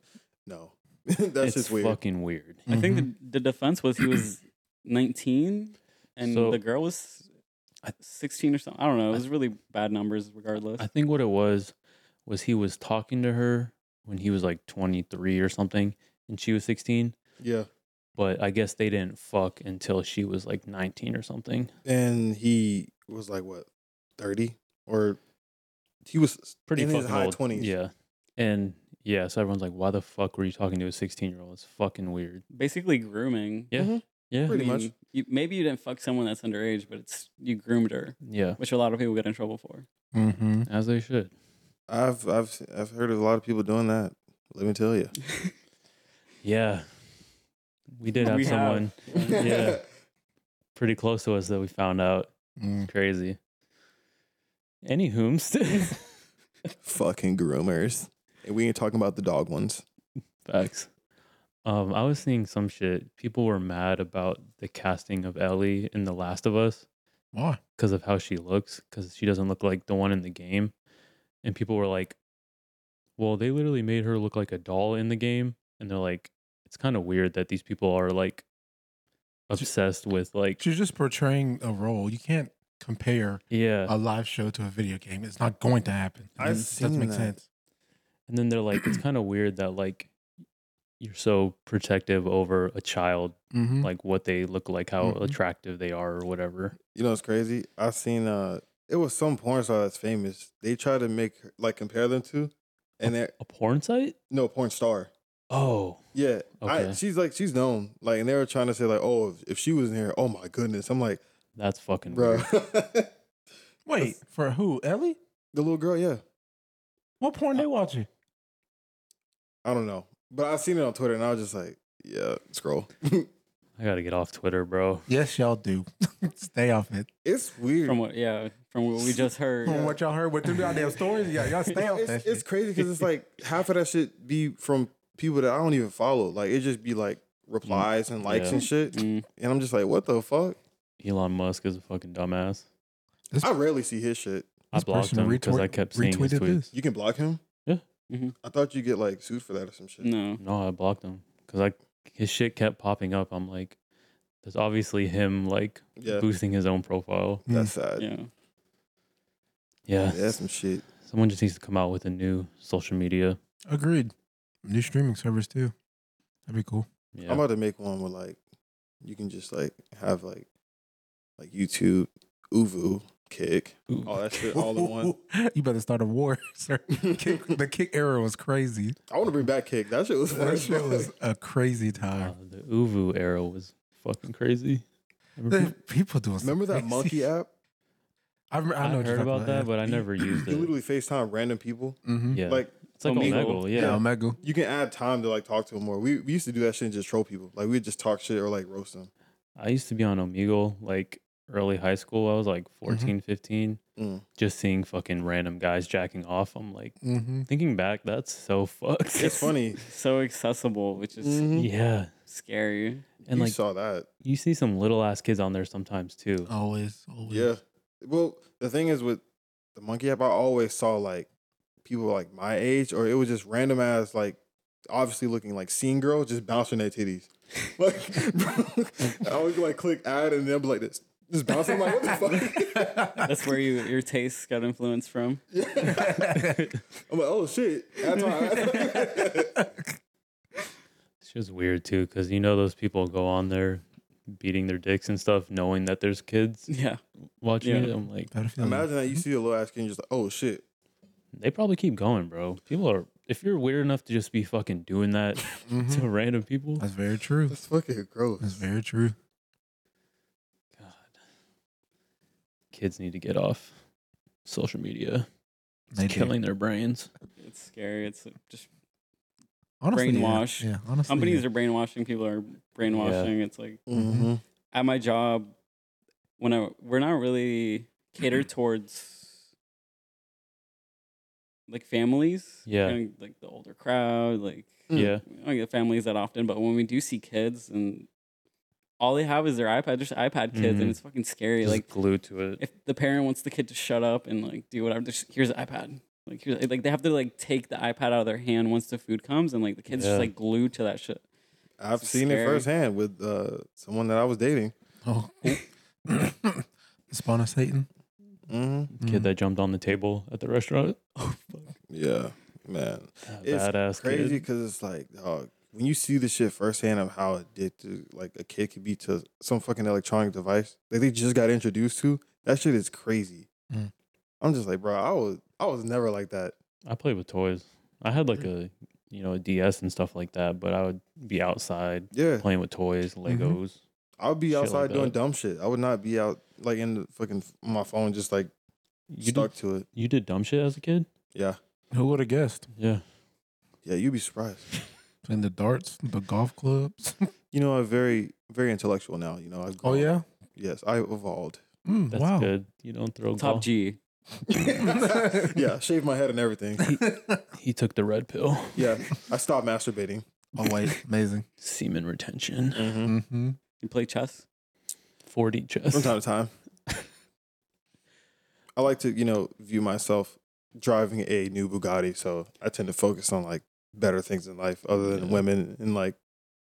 no, [LAUGHS] that's That's just it's weird. fucking weird. I think the, the defense was he was 19 and So- the girl was I- 16 or something. I don't know. It was really bad numbers regardless. I think what it was was he was talking to her when he was like 23 or something, and she was 16. Yeah, But I guess they didn't fuck until she was like 19 or something. and he was like what, thirty or he was Pretty in fucking his high old. twenties. Yeah, and yeah, so everyone's like, "Why the fuck were you talking to a 16 year old? It's fucking weird." Basically grooming. Yeah, Mhm. yeah, Pretty much. You, maybe you didn't fuck someone that's underage, but it's you groomed her, yeah. which a lot of people get in trouble for. Mm-hmm. As they should. I've I've I've heard of a lot of people doing that. Let me tell you. Yeah, [LAUGHS] we did have We have. someone. Yeah. pretty close to us that we found out. Mm. Crazy. Any whomst. [LAUGHS] Fucking groomers. And we ain't talking about the dog ones. Facts. Um, I was seeing some shit. People were mad about the casting of Ellie in The Last of Us Why? because of how she looks, because she doesn't look like the one in the game. And people were like, well, they literally made her look like a doll in the game. And they're like, it's kind of weird that these people are like obsessed with like, She's just portraying a role. You can't compare yeah. a live show to a video game. It's not going to happen. I've It doesn't seen make that. sense. And then they're like, it's kind of weird that like you're so protective over a child, Mm-hmm. like what they look like, how Mhm. attractive they are, or whatever. You know what's crazy? I seen uh it was some porn star that's famous. They try to make her- like compare them to, and they're A porn site? no porn star. Oh, Yeah, I, Okay. she's like she's known. Like, and they were trying to say like, oh, if, if she was in here, oh my goodness. I'm like, that's fucking bro, weird. the [LAUGHS] Wait, for who? Ellie? little girl. Yeah, What porn Uh, they watching? I don't know, but I seen it on Twitter, and I was just like, yeah, scroll. I gotta get off Twitter, bro. Yes, y'all do. [LAUGHS] Stay off it. It's weird. [LAUGHS] From what? Yeah, from what we just [LAUGHS] heard. From what y'all heard with them goddamn stories, yeah, y'all stay off that it's, it's shit. crazy because it's like [LAUGHS] half of that shit be from people that I don't even follow. Like it just be like replies and likes Yeah. and shit, Mm, and I'm just like, what the fuck? Elon Musk is a fucking dumbass. I rarely see his shit. I This blocked person him because I retweet- kept seeing his retweeted tweets. this. You can block him. Yeah. Mm-hmm. Mhm. I thought you get like sued for that or some shit. no. No, I blocked him because I his shit kept popping up. I'm like, that's obviously him like Yeah, boosting his own profile. that's sad. Yeah. Yeah, yeah, some shit. someone just needs to come out with a new social media. Agreed. New streaming service too. That'd be cool. Yeah, I'm about to make one where like you can just like have like like YouTube, Uvu, Kick, Ooh. all that shit all in one. [LAUGHS] You better start a war, [LAUGHS] sir. Kick, the kick era was crazy. [LAUGHS] I want to bring back Kick. That shit was fun That as shit fuck. was a crazy Uh, time. the Uvu era was fucking crazy. The people doing. some [LAUGHS] Remember that crazy- monkey app? I, remember, I, I know what you're heard talking about that, but I never used You it. literally FaceTime random people. Mhm. Yeah, Like it's like Omegle. Omegle. yeah, Yeah, Omega. you can add time to like talk to them more. We, we used to do that shit and just troll people. Like we'd just talk shit or like roast them. I used to be on Omegle like early high school. I was like Mm-hmm. 14, 15, Mm. just seeing fucking random guys jacking off. I'm like Mm-hmm. thinking back, that's so [LAUGHS] fucked. It's funny. So accessible, which is Mhm. [LAUGHS] yeah, scary. and you like saw Uh. that. you see some little ass kids on there sometimes too. Always, always. Yeah. Well, the thing is with the monkey app, I always saw like people like my age, or it was just random ass like obviously looking like scene girl just bouncing their titties. [LAUGHS] Like bro, [LAUGHS] I always like click add and they'll be like this. Just bouncing I'm like what the fuck? That's where you your tastes got influenced from. [LAUGHS] I'm like, oh shit. Add time. [LAUGHS] It's just weird too, because you know those people go on there beating their dicks and stuff, knowing that [LAUGHS] there's kids [LAUGHS] Yeah. watching Yeah. it. I'm like, Battlefield. Imagine that you see a little ass kid and you're just like, oh shit. they probably keep going, bro. People are if you're weird enough to just be fucking doing that [LAUGHS] Mhm. Mm-hmm. to random people. That's very true. That's fucking That's gross. very true. God. Kids need to get off social media. It's They do. killing their brains. It's scary. It's just Honestly, yeah. Brainwash. Yeah, honestly. companies yeah. are brainwashing. People are brainwashing. It's like Mm-hmm. at my job, when I we're not really [CLEARS THROAT] catered towards like families. Yeah. and, like the older crowd. Like Mm. Yeah. we don't get families that often, but when we do see kids and all they have is their iPad, just iPad kids, Mhm. and it's fucking scary. Just Like glued to it. if the parent wants the kid to shut up and like do whatever, just here's the iPad. Like here's, like they have to like take the iPad out of their hand once the food comes, and like the kids Yeah. just like glued to that shit. I've It's seen it scary. firsthand with uh, someone that I was dating. Oh. [LAUGHS] [COUGHS] Spawn of Satan. Mm-hmm. Kid that jumped on the table at the restaurant. [LAUGHS] Yeah, man. That It's badass crazy kid. because it's like dog, when you see the shit firsthand of how addicted like a kid could be to some fucking electronic device that they just got introduced to. That shit is crazy. Mm. I'm just like, bro, I was I was never like that. I played with toys. I had like a you know, a DS and stuff like that, but I would be outside Yeah, playing with toys, Legos. I would be Shit like outside doing that. dumb shit. I would not be out like in the fucking on my phone just like You did, stuck to it. you did dumb shit as a kid? Yeah, Who would have guessed? Yeah. yeah, you'd be surprised. Playing the darts, the golf clubs. You know, I'm very very intellectual now. You know, I've Oh grown. yeah. yes, I evolved. Mm, That's wow. [LAUGHS] good. You don't throw Top golf. G. yeah, shaved my head and everything. He took the red pill. Yeah, I stopped masturbating. Oh wait, amazing. Semen retention. Mm-hmm. Mm-hmm. You play chess? 40 from chest. [LAUGHS] time to [LAUGHS] time. I like to, you know, view myself driving a new Bugatti, so I tend to focus on like better things in life other than Yeah. women and like,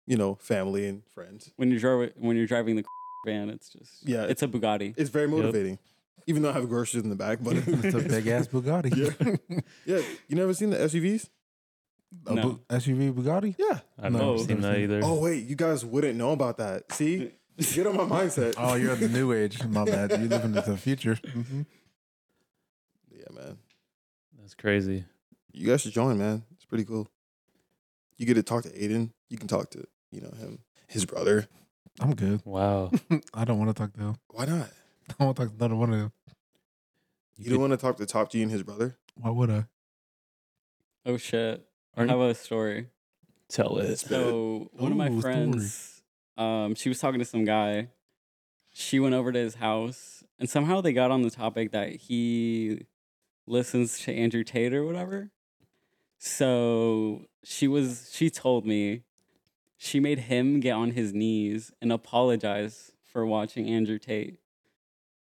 you know, family and friends. When you're dri- when you're driving the [LAUGHS] van, it's just Yeah. it's a Bugatti. It's very motivating. Even though I have groceries in the back, but [LAUGHS] [LAUGHS] It's a big ass Bugatti. yeah, you never seen the SUVs? A No. Bu- SUV Bugatti. Yeah. I've No, never I've seen never that seen either. Oh wait, you guys wouldn't know about that. See, get on my mindset. [LAUGHS] Oh, you're in the new age. My bad. You're living in the future. Mhm. yeah, man. That's crazy. You guys should join, man. It's pretty cool. You get to talk to Aiden. You can talk to you know him, his brother. I'm good. Wow. I don't want to talk to him. [LAUGHS] Why not? I don't want to talk to another one of them. You, don't want to talk to Top G and his brother. Why would I? Oh shit! I Aren't- have a story. tell it. So one of Ooh, my a story. friends, um, she was talking to some guy. She went over to his house, and somehow they got on the topic that he listens to Andrew Tate or whatever. So she was. She told me she made him get on his knees and apologize for watching Andrew Tate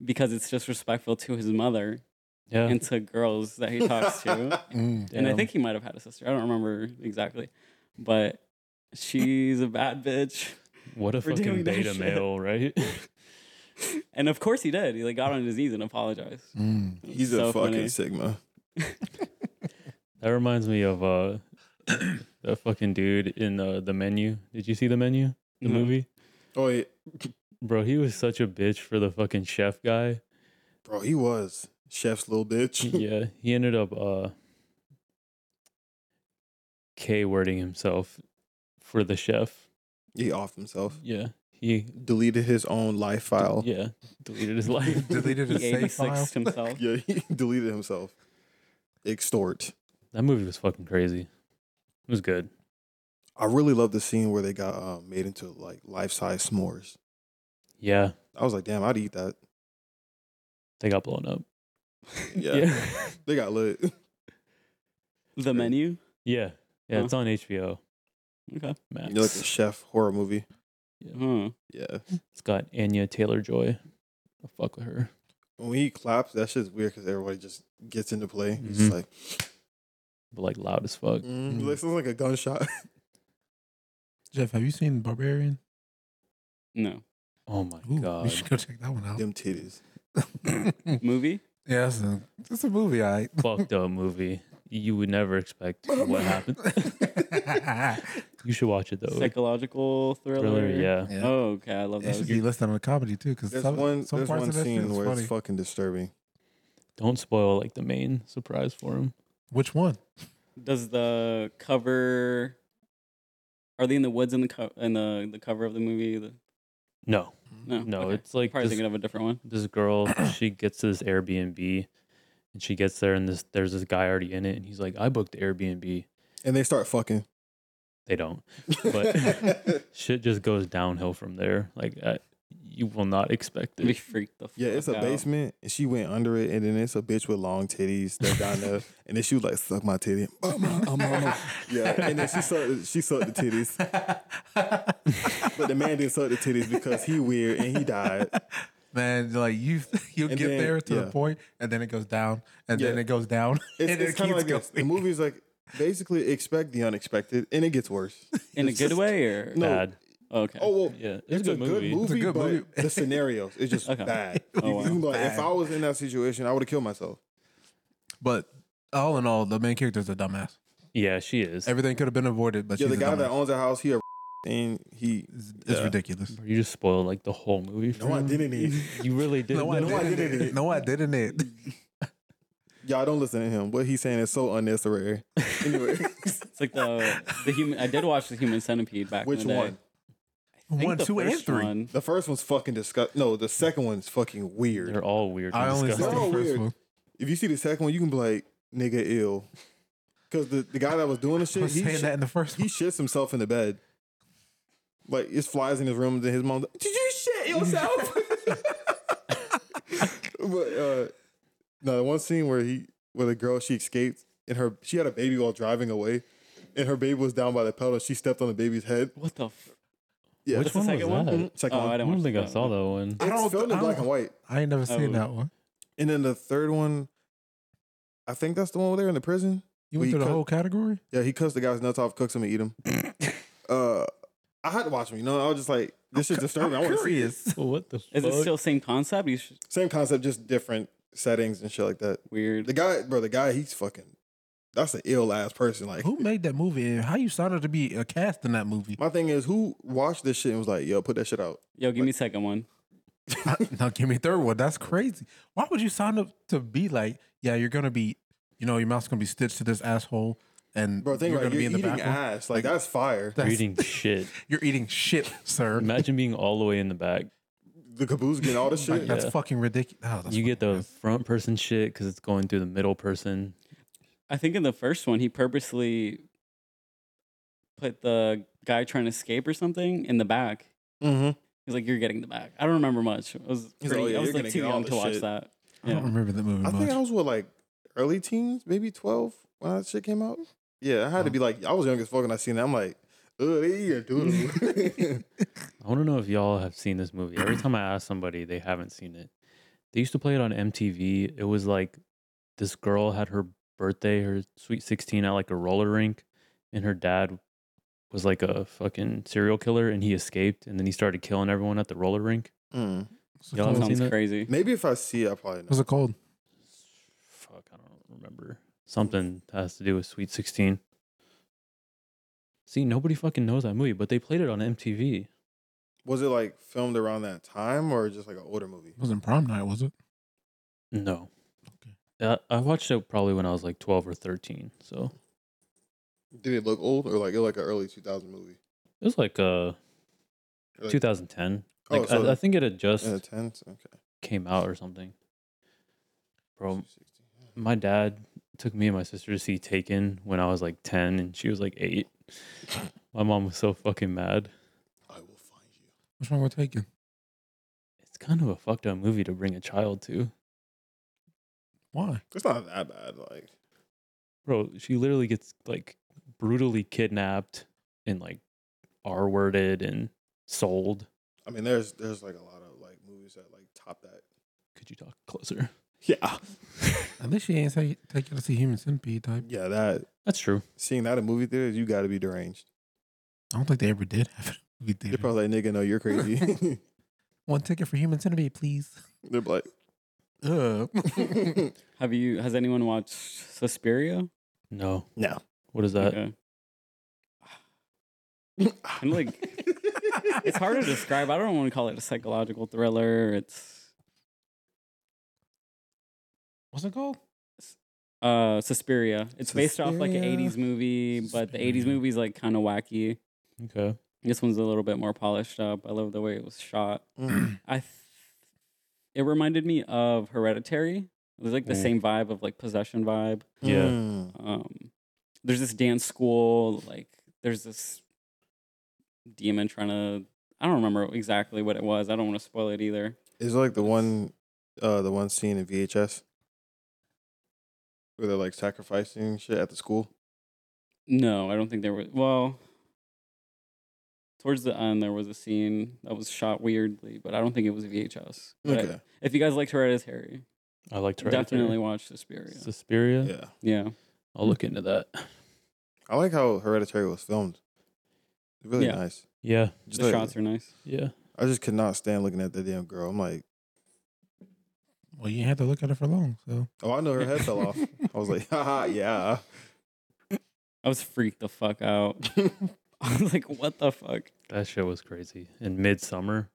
because it's disrespectful to his mother Yeah. and to girls that he [LAUGHS] talks to. [LAUGHS] Mm. And I Damn. think he might have had a sister. I don't remember exactly, but she's a bad bitch. what a for fucking doing that beta shit. male, right? [LAUGHS] And of course he did. He like got on his knees and apologized. Mm. It was He's so a fucking funny. sigma. that reminds me of uh [CLEARS THROAT] that fucking dude in uh, the the menu. Did you see the menu? The No. movie? Oh, yeah. Bro, he was such a bitch for the fucking chef guy. bro, he was chef's little [LAUGHS] bitch. [LAUGHS] yeah, he ended up uh K wording himself for the chef. he off himself. Yeah. He Deleted his own life Oh. file. [LAUGHS] yeah, [LAUGHS] deleted his life. [LAUGHS] Deleted He his save 86 file. [LAUGHS] himself. Yeah, he [LAUGHS] deleted himself. Extort. that movie was fucking crazy. It was good. I really love the scene where they got uh, made into like life size s'mores. Yeah. I was like, damn, I'd eat that. They got blown up. Yeah, they got lit. The menu. [LAUGHS] Yeah. Yeah, Huh. it's on HBO Okay. Max. You know, like a chef horror movie. Huh. Yeah, It's got Anya Taylor Joy. I fuck with her. when he claps, that shit's weird because everybody just gets into play. It's just Mhm. like, But like loud as fuck. mm, Mhm. like, sounds like a [LAUGHS] gunshot. Jeff, have you seen Barbarian? No Oh my Ooh, god. we should go check that one out. Them titties. movie. [LAUGHS] yeah, it's a, it's a movie, I. Fucked up movie. You would never [LAUGHS] expect what happened. You should watch it though. Psychological thriller. Thriller, yeah. yeah. Oh, okay. I love It should those. be listed on a comedy too, because There's some, one. some there's parts one of that shit scene is where funny. it's fucking disturbing. Don't spoil like the main surprise for him. Which one? Does the cover? Are they in the woods in the co- in the the cover of the movie? The, No, no. no, okay. it's like probably this, thinking of a different one. this [CLEARS THROAT] girl. she gets to this Airbnb, and she gets there, and this there's this guy already in it, and he's like, "I booked the Airbnb." And they start fucking. They don't. [LAUGHS] [LAUGHS] But- Shit just goes downhill from there. Like I, you will not expect We it. freaked the. [LAUGHS] yeah, it's a fuck out. basement, and she went under it, and then it's a bitch with long titties that's down [LAUGHS] there, and then she was like, "Suck my titty." Oh, my, oh, my. [LAUGHS] [LAUGHS] Yeah, and then she sucked. She sucked the [LAUGHS] titties, but the man didn't suck the titties because he weird and he died. Man, like you, [LAUGHS] you And get then- there to the yeah. point, and then it goes down, and then Yeah. it goes down, [LAUGHS] It's, and it's it kind keeps of like going. this. the movie's like basically expect the unexpected, and it gets worse. in a good way or No. Bad. okay. Oh well, Yeah, it's, it's, a good movie, It's a good but movie. the scenarios it's just Okay. bad. Oh, You- you wow. [LAUGHS] like, if Bad. I was in that situation, I would have killed myself. [LAUGHS] But all in all, the main character's a dumbass. Yeah, she is. Everything could have been avoided, but yeah, she's the guy a dumbass. that owns the house, he a [LAUGHS] and he. it's, it's Yeah. ridiculous. you just spoiled like the whole movie. for No me. identity. [LAUGHS] You really did. No, I No, I didn't. didn't it. it. No, I didn't it. Y'all don't listen to him. What he's saying is so unnecessary. Anyway, It's like the the human. I did watch the Human Centipede back. [LAUGHS] which in the day. one? I think [LAUGHS] One, the two, and first three. one- The first one's fucking disgust. No, the second one's fucking weird. They're all weird. and I only saw disgusting. Oh, the first weird. one. If you see the second one, you can be like, "Nigga, ill," because the, the guy that was doing the I shit, was he saying sh- that in the first he one. shits himself in the bed. Like, it's flies in his room, and then his mom's like, Did you shit [LAUGHS] yourself? but, uh, no, the one scene where he, where the girl, she escaped, and her, she had a baby while driving away, and her baby was down by the pedal, and she stepped on the baby's head. What the? F- Yeah. Which the one was second one? that? Mhm. Second oh, one. I I don't, don't watch think I saw one. that one. I don't- It's filmed in I black don't- and white. I ain't never seen Oh. that one. And then the third one, I think that's the one where they're in the prison. You Well, went you through the cut- whole category. Yeah, he cuts the guy's nuts off, cooks him, and eat [LAUGHS] him. uh, I had to watch him. You know, I was just like, this shit's disturbing. I want to see it. Well, what the? Is fuck? it still same concept? You should, Same concept, just different settings and shit like that. The weird. guy, bro, the guy, he's fucking. That's an ill ass person. Like, Who made that movie? And how you signed up to be a [LAUGHS] cast in that movie? my thing is, who watched this shit and was like, "Yo, put that shit out." Yo, give me second one. now give me a third one. That's crazy. Why would you sign up to be like, yeah, you're gonna be, you know, your mouth's gonna be stitched to this asshole, and Bro, think you're about gonna it, be you're in the eating back. room? ass. Like that's fire. That's- You're [LAUGHS] eating shit. You're eating shit, sir. Imagine being all the way in the back. The caboose getting [LAUGHS] all the shit. Like, that's Yeah. fucking ridiculous. Oh, that's You get fucking the front person shit because it's going through the middle person. I think in the first one, he purposely put the guy trying to escape or something in the back. mm-hmm. He's like, "You're getting the back." I don't remember much. I was He's like, pretty, "Oh, yeah, I was you're like gonna too get all young the to watch shit." [LAUGHS] that. I don't Yeah. remember that movie I much. think I was what like early teens, maybe twelve when that shit came out. Yeah, I Uh-huh. had to be like I was young as fuck when I seen it. I'm like, ugh, they eating [LAUGHS] [LAUGHS] doodle. I want to know if y'all have seen this movie. Every time I ask somebody, they haven't seen it. They used to play it on MTV. It was like this girl had her birthday, her sweet 16 at like a roller rink, and her dad was like a fucking serial killer and he escaped and then he started killing everyone at the roller rink. Mm. What's it Y'all called? That haven't seen sounds that? crazy. Maybe if I see it, I probably What's know. it called? Fuck, I don't remember. Something that has to do with Sweet 16. See, nobody fucking knows that movie, but they played it on MTV. Was it like filmed around that time or just like an older movie? It wasn't prom night, was it? No. Okay. Uh, I watched it probably when I was like 12 or 13. So Did it look old or like it like an early 2000 movie? it was like uh, Or, Like, 2010. Oh, Like so- I, I think it had just yeah, 10, so, okay. came out or something. Bro, 16. my dad took me and my sister to see Taken when I was like 10 and she was like [LAUGHS] 8. My mom was so fucking mad. I will find you. What's wrong with taking? It's kind of a fucked up movie to bring a child to. Why? It's not that bad. Like Bro, she literally gets like brutally kidnapped and like R worded and sold. I mean, there's there's like a lot of like movies that like top that. Could you talk closer? Yeah, At least she ain't say take you to see Human Centipede type. yeah. That That's true. seeing that in movie theaters, you got to be deranged. I don't think they ever did [LAUGHS] have a movie They're theater. probably like, nigga, no, you're crazy. [LAUGHS] One ticket for Human Centipede, [LAUGHS] please. They're like, Uh. Have you? Has anyone watched Suspiria? No. no. What is that? Okay. And, like- It's hard to describe. I don't want to call it a psychological thriller. It's What's it called? uh Suspiria. It's based off like an Suspiria. 80s movie, but the 80s Suspiria. movie's like kind of wacky. Okay. This one's a little bit more polished up. I love the way it was shot. [LAUGHS] Mm. I th- it reminded me of Hereditary. It was like the Mm. same vibe of like possession vibe. Yeah. Mm. Um there's this dance school, like there's this demon trying to I don't remember exactly what it was. I don't want to spoil it either. Is it like the one, uh, the one scene in VHS where they're like sacrificing shit at the school? No, I don't think there was. Well, towards the end, there was a scene that was shot weirdly, but I don't think it was VHS. But Okay. If you guys liked Hereditary, I liked her. definitely watch Suspiria. Suspiria. Yeah. yeah. I'll look into that. I like how Hereditary was filmed. Really Yeah. nice. Yeah. Just The like- shots are nice. Yeah. I just could not stand looking at that damn girl. I'm like, Well, you ain't had to look at it for long, so. oh, I know her head [LAUGHS] fell off. I was like, [LAUGHS] haha, yeah. I was freaked the fuck out. [LAUGHS] [LAUGHS] I was like, what the fuck? That shit was crazy. In midsummer.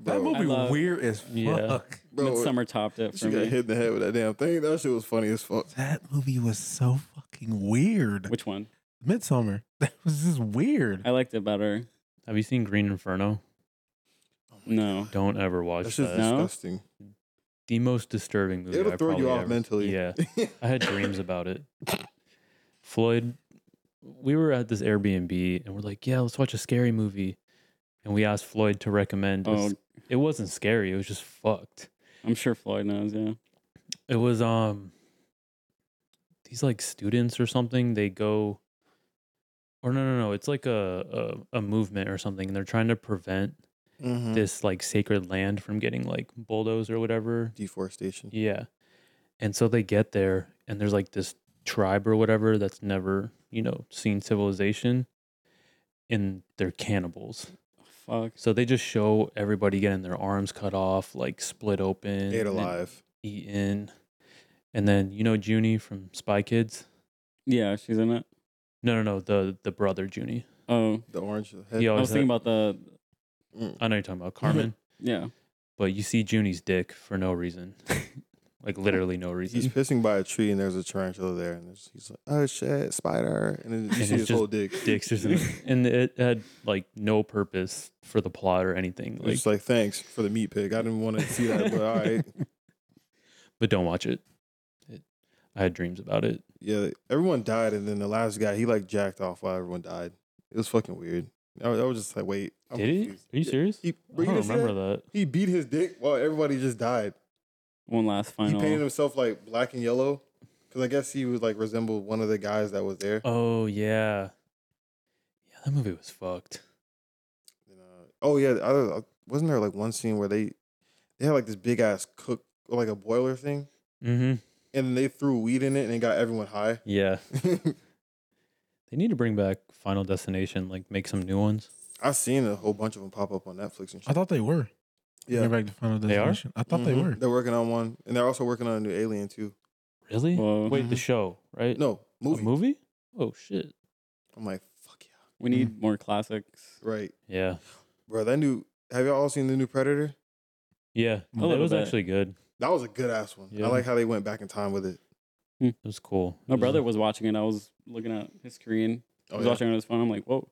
That Bro, movie love- weird as fuck. Yeah. bro, Midsummer topped it for She got me. hit in the head with that damn thing. That shit was funny as fuck. That movie was so fucking weird. Which one? Midsummer. [LAUGHS] That was just weird. I liked it better. Have you seen Green Inferno? Oh No. Don't ever watch That's just that. No. disgusting. The most disturbing movie. It'll I throw you probably off ever- mentally. [LAUGHS] Yeah. I had dreams about it. Floyd, we were at this Airbnb and we're like, yeah, let's watch a scary movie. And we asked Floyd to recommend. a Oh, s- It wasn't scary. It was just fucked. I'm sure Floyd knows. Yeah. It was um these like students or something. They go or no no no. It's like a a, a movement or something, and they're trying to prevent Mhm. this like sacred land from getting like bulldozed or whatever. deforestation. Yeah. And so they get there and there's like this tribe or whatever that's never, you know, seen civilization and they're cannibals. Fuck. So they just show everybody getting their arms cut off, like split open, Ate and alive. eaten. And then you know Junie from Spy Kids? Yeah, she's in it. No, no, no, the the brother Junie. Oh, The orange head. Yo. I Oh, was is thinking that- about the. Mm. [LAUGHS] I know you're talking about Carmen. Yeah. but you see Junie's dick for [LAUGHS] no reason, like literally no He's reason. pissing by a tree and there's a tarantula there and there's, he's like, oh shit, spider, and then you And see it's his whole just dick. [LAUGHS] Dicks just in- and it had like no purpose for the plot or anything. It's Like, just like thanks for the meat pig. I didn't want to see that, but all right. [LAUGHS] but don't watch it. it. I had dreams about it. Yeah, everyone died, and then the last guy he like jacked off while everyone died. It was fucking weird. I was, I was just like, wait, I'm Did he? confused. Are you serious? He, I bro, you don't didn't see that? remember that. He beat his dick while everybody just died. One last He final. painted himself like black and yellow because I guess he was like resembled one of the guys that was there. Oh yeah, yeah. That movie was fucked. And, uh, oh yeah, I, I- wasn't there like one scene where they they had like this big ass cook or like a boiler thing, Mm-hmm. and then they threw weed in it and it got everyone high. [LAUGHS] Yeah, they need to bring back Final Destination. Like, make some new ones. I seen a whole bunch of them pop up on Netflix and shit. I thought they were. They're back to Final They are? Destination. I thought they Mhm. were. They're working on one, and they're also working on a new Alien too. Really? Whoa. Wait, the show, right? No A mm-hmm. movie. movie? Oh shit. I'm like, fuck yeah, We Mm-hmm. need more classics. right, Yeah. bro. That new. Have y'all all seen the new Predator? Yeah. A Oh, that little was bit. actually good. That was a good ass one. Yeah. I like how they went back in time with it. It was cool. It My was- brother was watching it. I was looking at his screen. I Oh, was yeah. watching it on his phone. I'm like, whoa.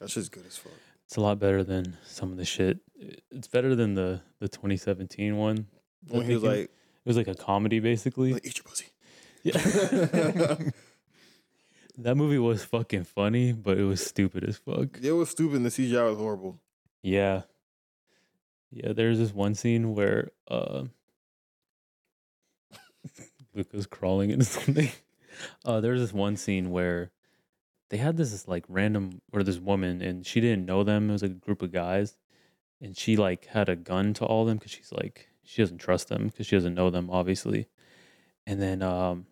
That shit's good as fuck. It's a lot better than some of the shit. It- It's better than the the 2017 one. I When he was think like, it was like a comedy basically. like, [LAUGHS] eat your pussy. yeah. [LAUGHS] that movie was fucking funny, but it was stupid as fuck. It was stupid. And the CGI was horrible. Yeah. Yeah, there's this one scene where uh [LAUGHS] Luca's crawling into [LAUGHS] something. Uh there's this one scene where they had this, this like random or this woman and she didn't know them. It was like a group of guys and she like had a gun to all of them because she's like she doesn't trust them because she doesn't know them obviously. And then um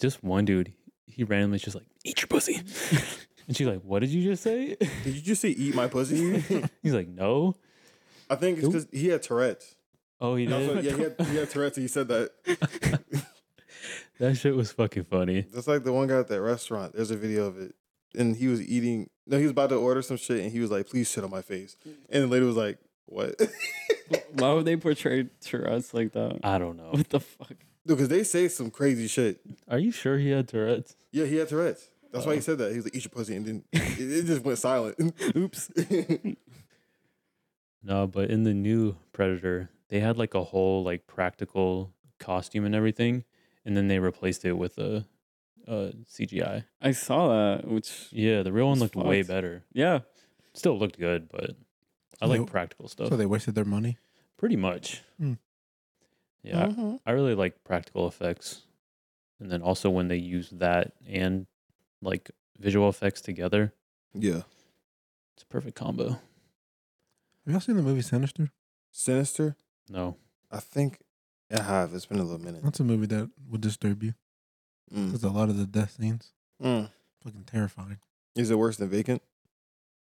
just one dude, he randomly is just like eat your pussy. [LAUGHS] and she's like, "What did you just say?" Did you just say eat my [LAUGHS] pussy? [LAUGHS] [LAUGHS] He's like, no. I think it's because he had Tourette's. Oh, he That's what- did. yeah, he had, he had Tourette's. And he said that. [LAUGHS] That shit was fucking funny. That's like the one guy at that restaurant. There's a video of it. And he was eating. No, he was about to order some shit, and he was like, "Please sit on my face." And the lady was like, "What?" [LAUGHS] Why would they portray Taras like that? [LAUGHS] I don't know. What the fuck? Because they say some crazy shit. Are you sure he had Tourette's? Yeah, he had Tourette's. That's why he said that. He was like, eat your pussy. And then [LAUGHS] it, it just went silent. [LAUGHS] Oops. No, but in the new Predator, they had like a whole like practical costume and everything, and then they replaced it with a, a CGI. I saw that, which, Yeah, the real one It's looked way fucked. better. yeah. Still looked good, but I So they- like practical stuff So they wasted their money. pretty much. Hmm. Yeah, I- Mm-hmm. I really like practical effects. And then also when they use that and like visual effects together, Yeah. it's a perfect combo. Have y'all seen the movie Sinister? Sinister. No. I think I have. It's been a little minute. That's a movie that would disturb you Mm. because a lot of the death scenes Mm. fucking terrifying. Is it worse than Vacant?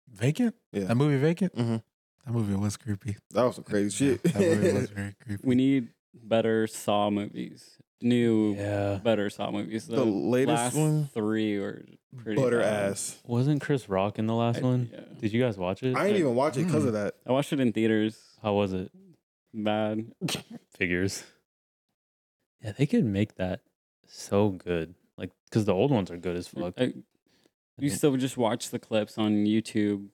Vacant? Yeah. That movie Vacant? Mhm. That movie was creepy. That was some crazy shit. That movie [LAUGHS] was very creepy. We need better Saw movies. New, Yeah. better Saw movies. the latest last one, three were pretty [LAUGHS] butter bad. ass. Wasn't Chris Rock in the last I- one? yeah. Did you guys watch it? I didn't even watch it because of that. I watched it in theaters. How was it? Bad. Figures. Yeah, they could make that so good. Like, because the old ones are good as fuck. I, I you think- still just watch the clips on YouTube,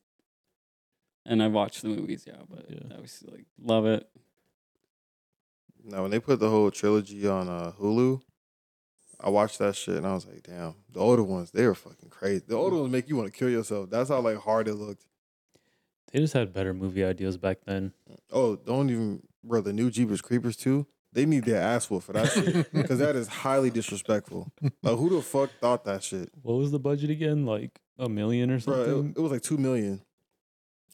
and I watched the movies. Yeah, but Yeah. I was like, love it. No, when they put the whole trilogy on uh, Hulu, I watched that shit and I was like, damn, the older ones, they were fucking crazy. The older ones make you want to kill yourself. That's how like hard it looked. they just had better movie ideas back then. Oh, don't even, bro. The new Jeepers Creepers too. They need their ass whooped for that shit because [LAUGHS] that is highly disrespectful. Like, who the fuck thought that shit, What was the budget again? Like a million or bro? something? It, it was like two million,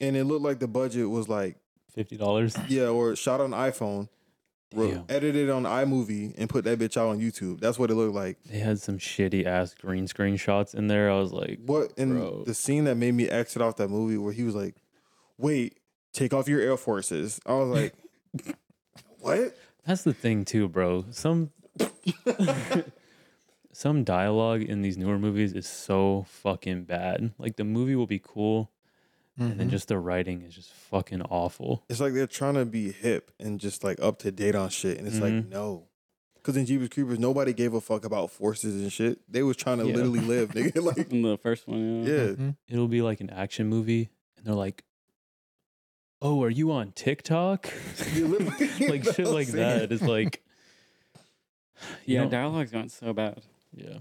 and it looked like the budget was like $50. yeah, or shot on iPhone, re- Damn. edited on iMovie, and put that bitch out on YouTube. That's what it looked like. They had some shitty ass green screen shots in there. I was like, What in Bro. the scene that made me exit off that movie where he was like, "Wait, take off your Air Forces." I was [LAUGHS] like, "What?" That's the thing too, bro. Some [LAUGHS] some dialogue in these newer movies is so fucking bad. Like the movie will be cool, and then just the writing is just fucking awful. It's like they're trying to be hip and just like up to date on shit, and it's like Mhm. no, because in Jeepers Creepers nobody gave a fuck about forces and shit. They was trying to Yeah. literally live, nigga. [LAUGHS] [LAUGHS] Like In the first one, yeah. yeah, Mhm. It'll be like an action movie, and they're like, "Oh, are you on TikTok?" [LAUGHS] You literally- [LAUGHS] like that's shit what I'm like saying. that. It's like, [SIGHS] you Yeah, don't- dialogue's not so bad. yeah.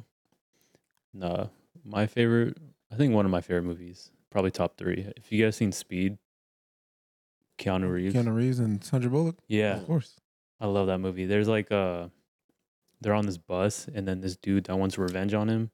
Nah, uh, my favorite. I think one of my favorite movies, probably top three. If you guys seen Speed, Keanu Reeves. Keanu Reeves and Sandra Bullock, Yeah, of course. I love that movie. There's like uh they're on this bus, and then this dude that wants revenge on him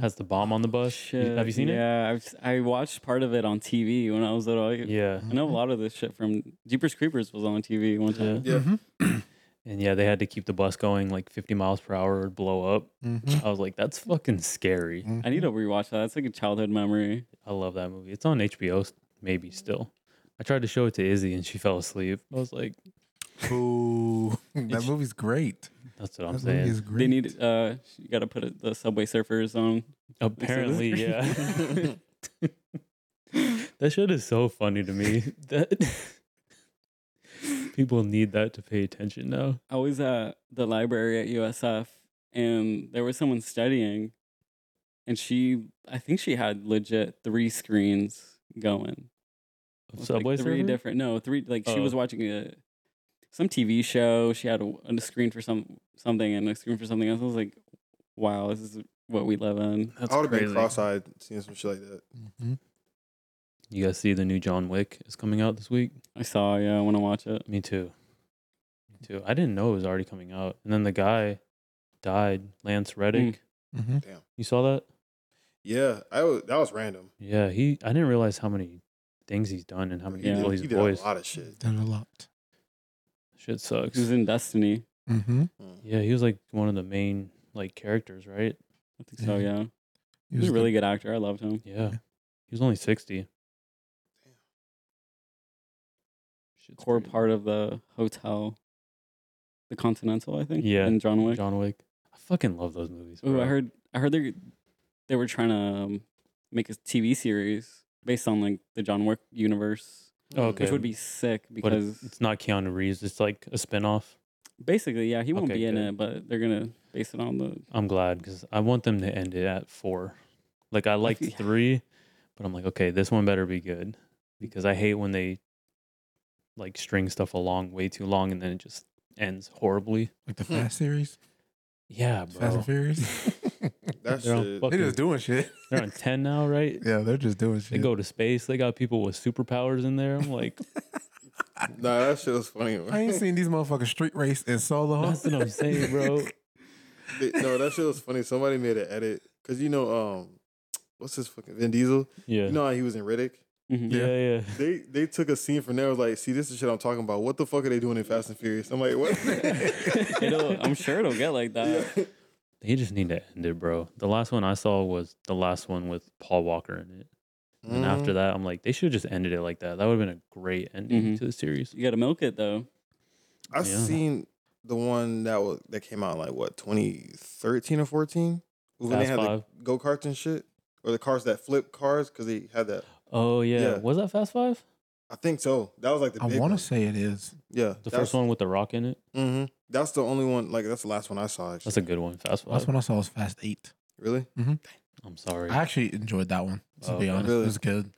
has the bomb on the bus. You- Have you seen it? Yeah, I've, I watched part of it on TV when I was little. I, Yeah. I know a lot of this shit from Jeepers Creepers was on TV one time. Yeah. Yeah. Mhm. And yeah, they had to keep the bus going like 50 miles per hour or blow up. Mhm. I was like, that's fucking scary. Mhm. I need to rewatch that. That's like a childhood memory. I love that movie. It's on HBO, s- maybe still. I tried to show it to Izzy and she fell asleep. I was like, [LAUGHS] Mm-hmm. Ooh, that movie's great. that's what I'm that movie saying. is great. They need uh, you got to put it, the Subway Surfers on. Apparently, [LAUGHS] yeah. [LAUGHS] that shit is so funny to me. That [LAUGHS] people need that to pay attention now. I was at the library at USF, and there was someone studying, and she, I think she had legit three screens going. It was, like, Subway three Surfer? different. No, three. Like she Oh. was watching a some TV show. She had a, a screen for some something and a screen for something else. I was like, wow, this is what we live in. That's I would have been crazy. cross-eyed seeing some shit like that. Mhm. You guys see the new John Wick is coming out this week? I saw. Yeah, I want to watch it. Me too. Me too. I didn't know it was already coming out. And then the guy died, Lance Mm. Reddick. Mhm. You saw that? Yeah, I was, that was random. Yeah, he I didn't realize how many things he's done and how many He Yeah. did- people he he's did, voiced. a lot of shit. Done a lot. Shit sucks. It was in Destiny. Mm-hmm. Mm. Yeah, he was like one of the main like characters, right? I think so. Yeah. Yeah, he was a really good actor. I loved him. Yeah. Yeah. He was only sixty. Shit's core crazy. part of the hotel, the Continental, I think. Yeah, and John Wick. John Wick. I fucking love those movies. Ooh, I bro. heard. I heard they they were trying to um, make a TV series based on like the John Wick universe, Oh, okay. which would be sick But it's- because it's not Keanu Reeves, it's like a spin off. basically, yeah, he won't Okay, be in good. it, but they're gonna base it on the. I'm glad because I want them to end it at four. Like I liked feel- three, but I'm like, okay, this one better be good because I hate when they like string stuff along way too long and then it just ends horribly. Like the Fast series, Yeah, Fast bro. and Furious. That They're on, shit. fucking- They're just doing shit. they're on ten now, right? Yeah, they're just doing They shit. go to space. They got people with superpowers in there. I'm like, Nah, that shit was funny. I ain't seen these motherfuckers street race in Oh. solo. that's what I'm [LAUGHS] saying, [LAUGHS] bro. They- no, that shit was funny. Somebody made an edit because you know, um, what's his fucking Vin Diesel? Yeah, You know how he was in Riddick. Mhm. yeah, yeah. They they took a scene from there. Was like, see, this is shit I'm talking about. What the fuck are they doing in Fast and Furious? I'm like, [LAUGHS] what? [LAUGHS] [LAUGHS] It'll, I'm sure it'll get like that. Yeah. They just need to end it, bro. The last one I saw was the last one with Paul Walker in it. And Mm. after that, I'm like, they should have just ended it like that. That would have been a great ending Mm-hmm. Mhm. to the series. You gotta milk it though. I Yeah. seen the one that was that came out in, like what 2013 or 14 when they Fast had Five. the go karts and shit or the cars that flip cars because they had that. Oh yeah. Yeah. was that Fast Five? I think so. That was like the. I big want one. to say it is. Yeah, The first one with the Rock in it. Mm-hmm. That's the only one. Like that's the last one I saw. Actually. That's a good one. Fast Last Five. one I saw was Fast Eight. really. I'm sorry. I actually enjoyed that one. To Oh, be okay. honest, Really? it was good. It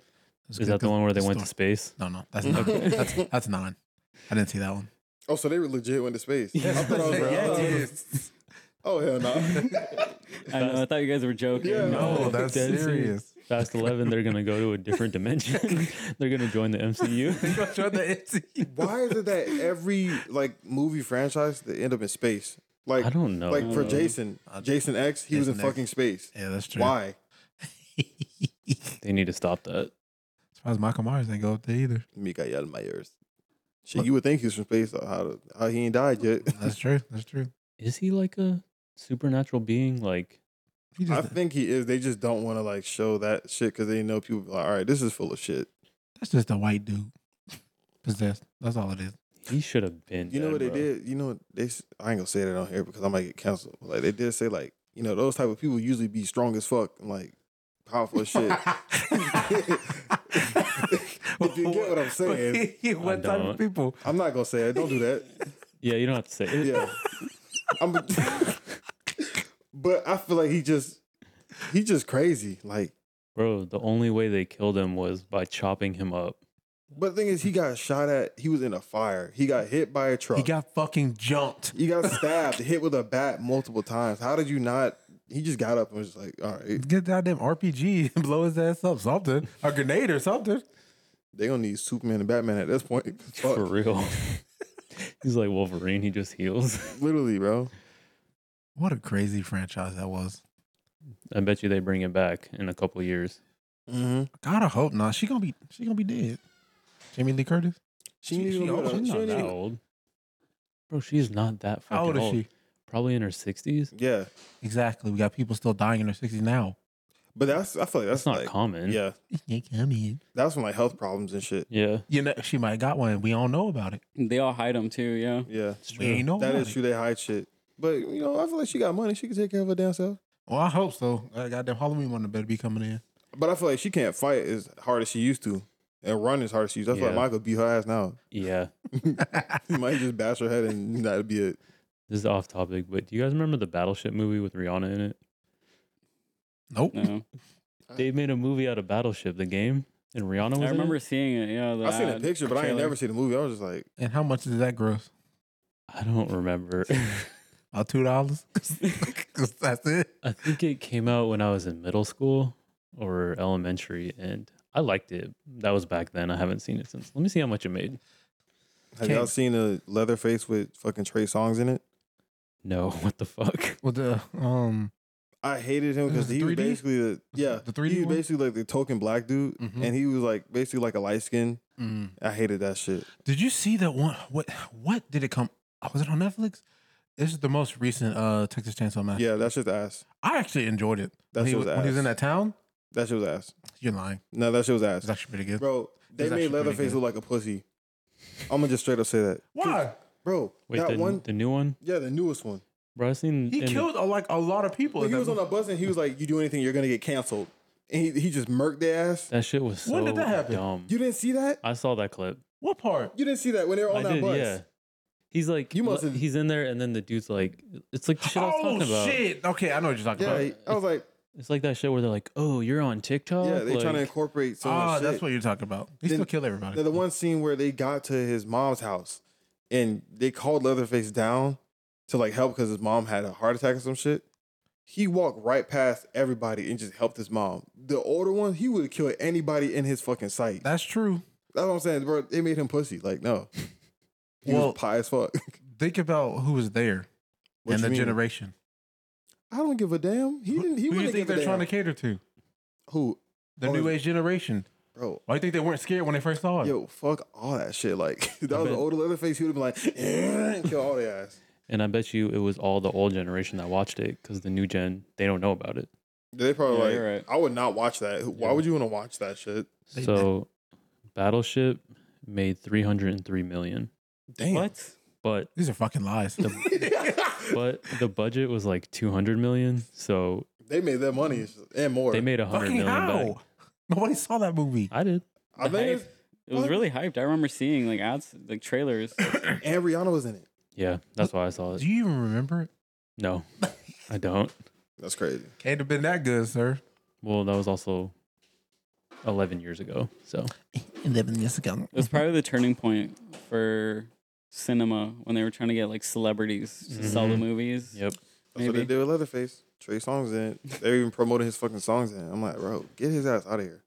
was Is good that the 'cause one where they the went to story- space? No, no, [LAUGHS] that's not, Okay. that's [LAUGHS] that's nine. I didn't see [LAUGHS] that one. Oh, so they were legit went to space. I thought I was, bro. I thought I [LAUGHS] was- oh hell [LAUGHS] no. I, know, I thought you guys were joking. Yeah. no, that's Dead serious. serious. Fast Eleven. They're gonna go to a different dimension. [LAUGHS] they're gonna join [LAUGHS] the [LAUGHS] MCU. Think about your other NC. Why is it that every like movie franchise they end up in space? Like I don't know. like for Uh, Jason, uh, Jason X, he was in Jason X. fucking space. Yeah, that's true. [LAUGHS] Why? they need to stop that. Surprised Michael Myers ain't go up [LAUGHS] there either. Mikael Myers. Shit, you would think he was from space. uh, How to, how he ain't died yet? That's true. That's true. Is he like a supernatural being? Like He [LAUGHS] I just, think he is. They just don't want to like show that shit because they know people. Be like, All right, this is full of shit. that's just a white dude possessed. That's all it is. he should have been. You know dead, what they bro. did? You know what they? s- I ain't gonna say that on here because I might get canceled. But, like they did say, like you know those type of people [LAUGHS] [LAUGHS] [LAUGHS] usually be strong as fuck and like powerful as shit. if you get what I'm saying. I what type don't. of people? I'm not gonna say it. Don't do [LAUGHS] that. Yeah, you don't have to say it. Yeah. I'm, [LAUGHS] but I feel like he just he just crazy. Like, [LAUGHS] Bro, the only way they killed him was by chopping him up. but the thing is, he got shot at. He was in a fire. He got hit by a truck. He got fucking jumped. He got stabbed, hit with a bat multiple times. How did you not? He just got up and was just like, all right, Get goddamn RPG and [LAUGHS] blow his ass up, something. A grenade or something. they gonna need Superman and Batman at this point. [LAUGHS] Fuck. For real. [LAUGHS] He's like Wolverine, he just heals. [LAUGHS] Literally, bro. What a crazy franchise that was. I bet you they bring it back in a couple years. Mm-hmm. Gotta hope not. She gonna be she gonna be dead. Jamie Lee Curtis. She, She- ain't she even old. been- She's she Not ain't that even- old. Bro, she's not that fucking How old is she? Probably in her 60s. Yeah, Exactly. We got people still dying in their sixties now. but that's I feel like that's, That's not like, common. Yeah, They come in. that's when like health problems and shit. Yeah. You know she might got one. We all know about it. They all hide them too. Yeah. Yeah, It's We ain't know that about is it. true. They hide shit, but you know I feel like she got money. She can take care of her damn self. Well, I hope so. Uh, goddamn Halloween one better be coming in. But I feel like she can't fight as hard as she used to, and run as hard as she used. to. I feel Yeah. like Michael beat her ass now. Yeah. He might just bash her head and [LAUGHS] that'd be it. This is off topic, but do you guys remember the Battleship movie with Rihanna in it? [LAUGHS] Nope. No. Uh. They made a movie out of Battleship, the game, and Rihanna was in I it? remember seeing it. Yeah. The, I seen ad a picture, but I ain't trailer. never seen the movie. I was just like, And how much did that gross? I don't [LAUGHS] remember. [LAUGHS] About two dollars? [LAUGHS] that's it. I think it came out when I was in middle school or elementary, and I liked it. That was back then. I haven't seen it since. Let me see how much it made. have Can't- y'all seen a Leatherface with fucking Trey Songs in it? No, [LAUGHS] what the fuck? With the um I hated him because Was it he was 3D? basically the yeah the 3D He was one? basically like the token black dude, Mhm. and he was like basically like a light skin. mm. I hated that shit. Did you see that one? What what did it come? uh, Was it on Netflix? This is the most recent uh Texas Chainsaw Massacre. Yeah, that shit's ass. I actually enjoyed it. That when, he shit was was, when he was in ass. that town, That shit was ass. you're lying. No, that shit was It's ass, actually pretty good. bro. They It's actually made pretty Leatherface good. look like a pussy. I'm gonna just straight up say that, Why? bro. Wait, that the, one, the new one? yeah, the newest one. Bro, I seen. He in- killed a, like a lot of people. But in he that was on movie. a bus and he was like, "You do anything, you're gonna get canceled," and he, he just murked their ass. That shit was so When did that happen? dumb. You didn't see that? I saw that clip. what part? You didn't see that when they were on I that did, bus. yeah. He's like, You you must must've- he's in there, and then the dude's like, it's like the shit I was oh talking about. shit! Okay, I know what you're talking Yeah, about. he- I was like, It's like that shit where they're like, oh, you're on TikTok? yeah, they like, trying to incorporate some. Ah, of that that's shit. what you're talking about. He Then- still killed everybody. Now, the one scene where they got to his mom's house and they called Leatherface down to like help because his mom had a heart attack or some shit. He walked right past everybody and just helped his mom. The older one, he would have killed anybody in his fucking sight. that's true. That's what I'm saying, bro. They made him pussy. Like, [LAUGHS] no. He Well, was pie as fuck. [LAUGHS] think about who was there What and you the mean? generation. I don't give a damn. He didn't. He who do you wouldn't think give a they're damn. trying to cater to? Who, The Oh, new is- age generation. bro? Why do you think they weren't scared when they first saw it? Yo, fuck all that shit. Like, [LAUGHS] if that was an bet- older Leatherface. He would have been like, [LAUGHS] and kill all their ass. And I bet you it was all the old generation that watched it because the new gen, they don't know about it. They probably Yeah, like, you're right. I would not watch that. Why Yeah. would you want to watch that [LAUGHS] shit? They- so, Battleship made 303 million, Damn. What? but These are fucking lies. [LAUGHS] but the budget was like 200 million. So, they made their money it's just- and more. they made 100 fucking million. how? Back. Nobody saw that movie. I did. I The think hype. It was What? really hyped. I remember seeing like ads, like trailers. it's, and Rihanna was in it. Yeah, that's why I saw it. Do you even remember it? No, I don't. That's crazy. Can't have been that good, sir. Well, that was also 11 years ago. So, Eleven [LAUGHS] years ago. It was probably the turning point for cinema when they were trying to get like celebrities Mm-hmm. to sell the Mhm. movies. yep. That's what they Maybe. did with Leatherface. Trey Songs in it. They're even promoting his fucking songs in it. I'm like, bro, get his ass out of here.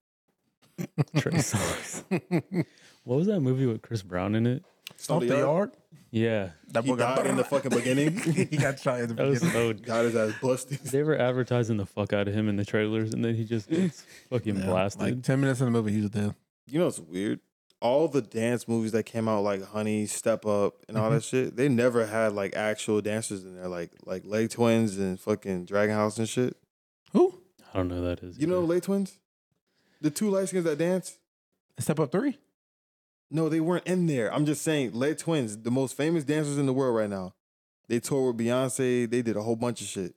Trey Songz. [LAUGHS] what was that movie with Chris Brown in it? Stomp the Yard. yard. Yeah, That He boy got- died [LAUGHS] in the fucking beginning. he got shot in the that was [LAUGHS] beginning. so. Got his ass busted. They were advertising the fuck out of him in the trailers, and then he just [LAUGHS] gets fucking Yeah, blasted. Like ten minutes in the movie, he was dead. [LAUGHS] You know what's weird? All the dance movies that came out, like Honey, Step Up, and all that Mm-hmm. shit, they never had like actual dancers in there, like like Leg Twins and fucking Dragon House and shit. Who? I don't know who that is. You know either. Lay Twins? The two light skins that dance? Step up three. No, they weren't in there. I'm just saying, Lay Twins, the most famous dancers in the world right now. They toured with Beyonce. They did a whole bunch of shit.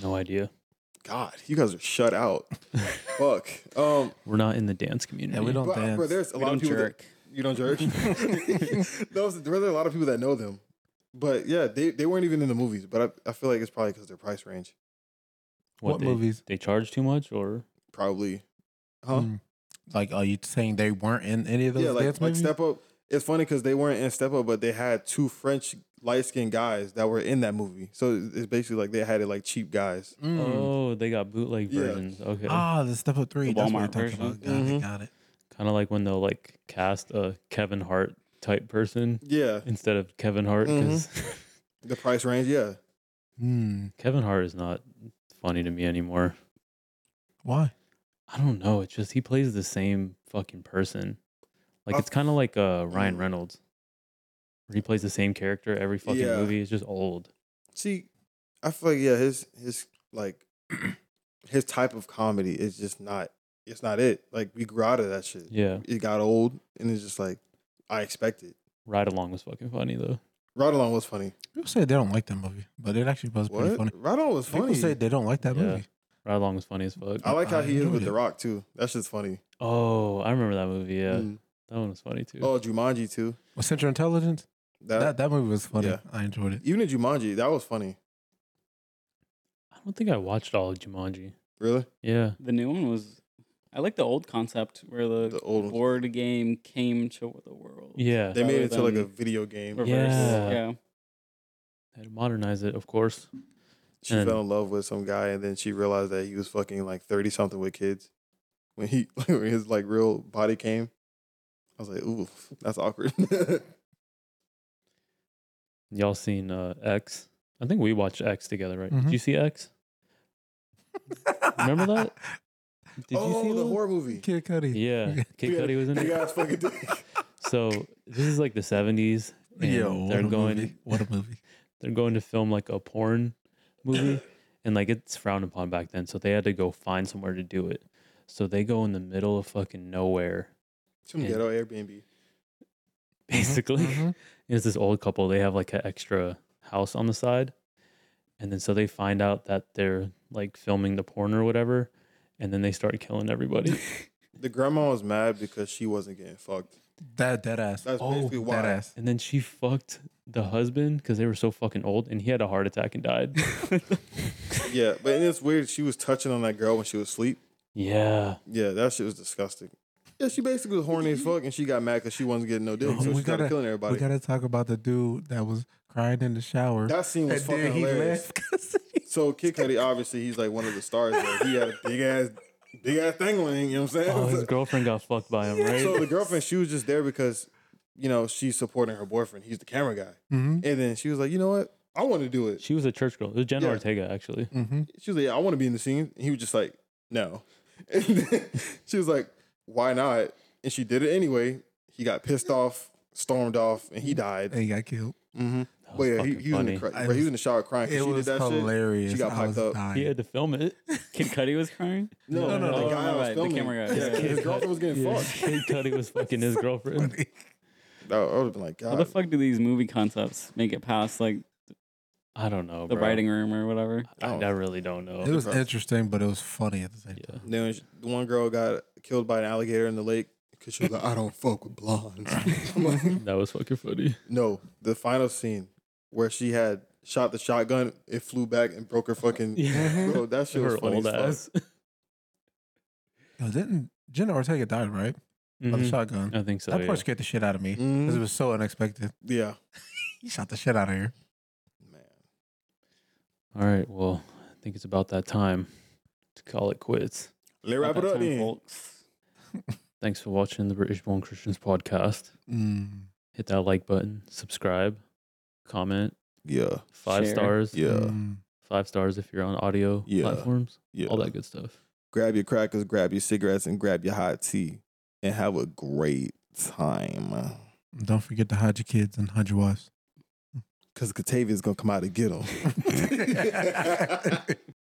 no idea. God, you guys are shut out. Fuck. Um, We're not in the dance community. we [LAUGHS] don't but, dance. bro, there's a lot of people that- You don't jerk. [LAUGHS] Those there are a lot of people that know them, but yeah, they, they weren't even in the movies. But I, I feel like it's probably because their price range. What they, movies? They charge too much, or Probably, huh? Mm. Like, are you saying they weren't in any of those yeah, dance like like movies? Step Up. It's funny because they weren't in Step Up, but they had two French light skinned guys that were in that movie. So it's basically like they had it like cheap guys. Mm. oh, they got bootleg Yeah. versions. Okay, Ah, the Step Up 3. The That's what Walmart you're talking version. about. Got Mhm. Mm-hmm. it, got it. kind of like when they'll like cast a Kevin Hart type person Yeah, instead of Kevin Hart because the price range. Yeah, Hmm. [LAUGHS] Kevin Hart is not funny to me anymore. Why? I don't know. It's just he plays the same fucking person. Like I- it's kind of like uh, Ryan Mm. Reynolds. Where he plays the same character every fucking Yeah. movie. It's just old. see, I feel like yeah, his his like [CLEARS THROAT] his type of comedy is just not. It's not it. Like we grew out of that shit. Yeah, it got old and it's just like I expected. Ride Along was fucking funny though. Ride Along was funny. People say they don't like that movie, but it actually was pretty What? funny. Ride Along was funny. People say they don't like that Yeah. movie. Ride Along was funny as fuck. I like how I he is with enjoyed The it. Rock too. That shit's funny. oh, I remember that movie. Yeah, Mm. that one was funny too. Oh, Jumanji too. Well, Central Intelligence? That, that, that movie was funny. yeah. I enjoyed it. even in Jumanji, that was funny. I don't think I watched all of Jumanji. Really? Yeah, The new one was. I like the old concept where the, The old ones. board game came to the world. yeah. They made it Rather into like a than video game. Reverse. Yeah. yeah. Had to modernize it, of course. She and- fell in love with some guy and then she realized that he was fucking like thirty something with kids. When he [LAUGHS] when his like real body came. I was like, ooh, that's [LAUGHS] awkward. Y'all seen uh, X? I think we watched X together, right? Did Mhm. you see X? [LAUGHS] Remember that? Did oh, you see the that? horror movie. Kid Cudi. [LAUGHS] [LAUGHS] Yeah, Kid Cudi was in You it. guys fucking dick. So this is like the seventies, and Yo, what they're a going movie. What a movie. they're going to film like a porn [COUGHS] movie, and like it's frowned upon back then. So they had to go find somewhere to do it. So they go in the middle of fucking nowhere, Some Yeah. ghetto Airbnb. [LAUGHS] Mm-hmm. basically. Mhm. And it's this old couple. They have like an extra house on the side. And then so they find out that they're like filming the porn or whatever. And then they start [LAUGHS] killing everybody. The grandma was mad because she wasn't getting fucked. That dead ass. That's oh, basically why. Dead ass. and then she fucked the husband because they were so fucking old and he had a heart attack and [LAUGHS] died. Yeah, but it's weird. She was touching on that girl when she was asleep. [LAUGHS] yeah. Yeah, that shit was disgusting. Yeah, she basically was horny as fuck, and she got mad because she wasn't getting no dick, so Mm-hmm. we she started gotta- killing We everybody. got to talk about the dude that was crying in the shower. that scene was and fucking then he hilarious. left 'cause he- So Kid Cudi, obviously, he's like one of the stars. There. He had a big ass, big ass thing on him. You know what I'm saying? Oh, his girlfriend got fucked by him, [LAUGHS] right? so the girlfriend, she was just there because, you know, she's supporting her boyfriend. He's the camera guy, Mhm. and then she was like, you know what? I want to do it. She was a church girl. It was Jenna Yeah. Ortega, actually. Mhm. she was like, yeah, I want to be in the scene. And he was just like, no. [LAUGHS] And then she was like, why not? And she did it anyway. He got pissed off, stormed off, and he died. And he got killed. Mm-hmm. That But was yeah, he, fucking he, was in the funny. cr- bro, I he was was- in the shower crying It because she did was that hilarious. shit. She got I piped was up. dying. He [LAUGHS] had to film it. [LAUGHS] [LAUGHS] Kid Cudi was crying. No, no, No, no, no, the no, guy Oh, no, I was right, the filming. camera guy, Yeah, [LAUGHS] yeah. his Kid girlfriend was getting Yeah, fucked. Kid [LAUGHS] Cudi was fucking his girlfriend. No, I would have been like, How the God, fuck do these movie concepts make it past like I don't know, the bro. writing room or whatever? I, I really don't know. It was depressing. interesting, but it was funny at the same Yeah. time. And then she- the one girl got killed by an alligator in the lake because she was like, I don't fuck with blondes. [LAUGHS] I'm like, That was fucking funny. No, the final scene where she had shot the shotgun, it flew back and broke her fucking. Yeah. [LAUGHS] Bro, that shit was Her funny. old as fuck. ass. Yo, didn't Jenna Ortega died right? By Mm-hmm. the Mhm. shotgun. I think so. that yeah. part scared the shit out of me because Mhm. it was so unexpected. Yeah, He shot the shit out of her. man. All right. Well, I think it's about that time to call it quits. Let's wrap About it up time, then. folks. Thanks for watching the British Born Christians podcast. Mm. Hit that like button, subscribe, comment, Yeah, five Share. stars, yeah, Mm. five stars if you're on audio Yeah. platforms, yeah. all that good stuff. Grab your crackers, grab your cigarettes, and grab your hot tea, and have a great time. Don't forget to hide your kids and hide your wives. [LAUGHS] [LAUGHS] [LAUGHS] Cause Catavia's gonna come out and get them.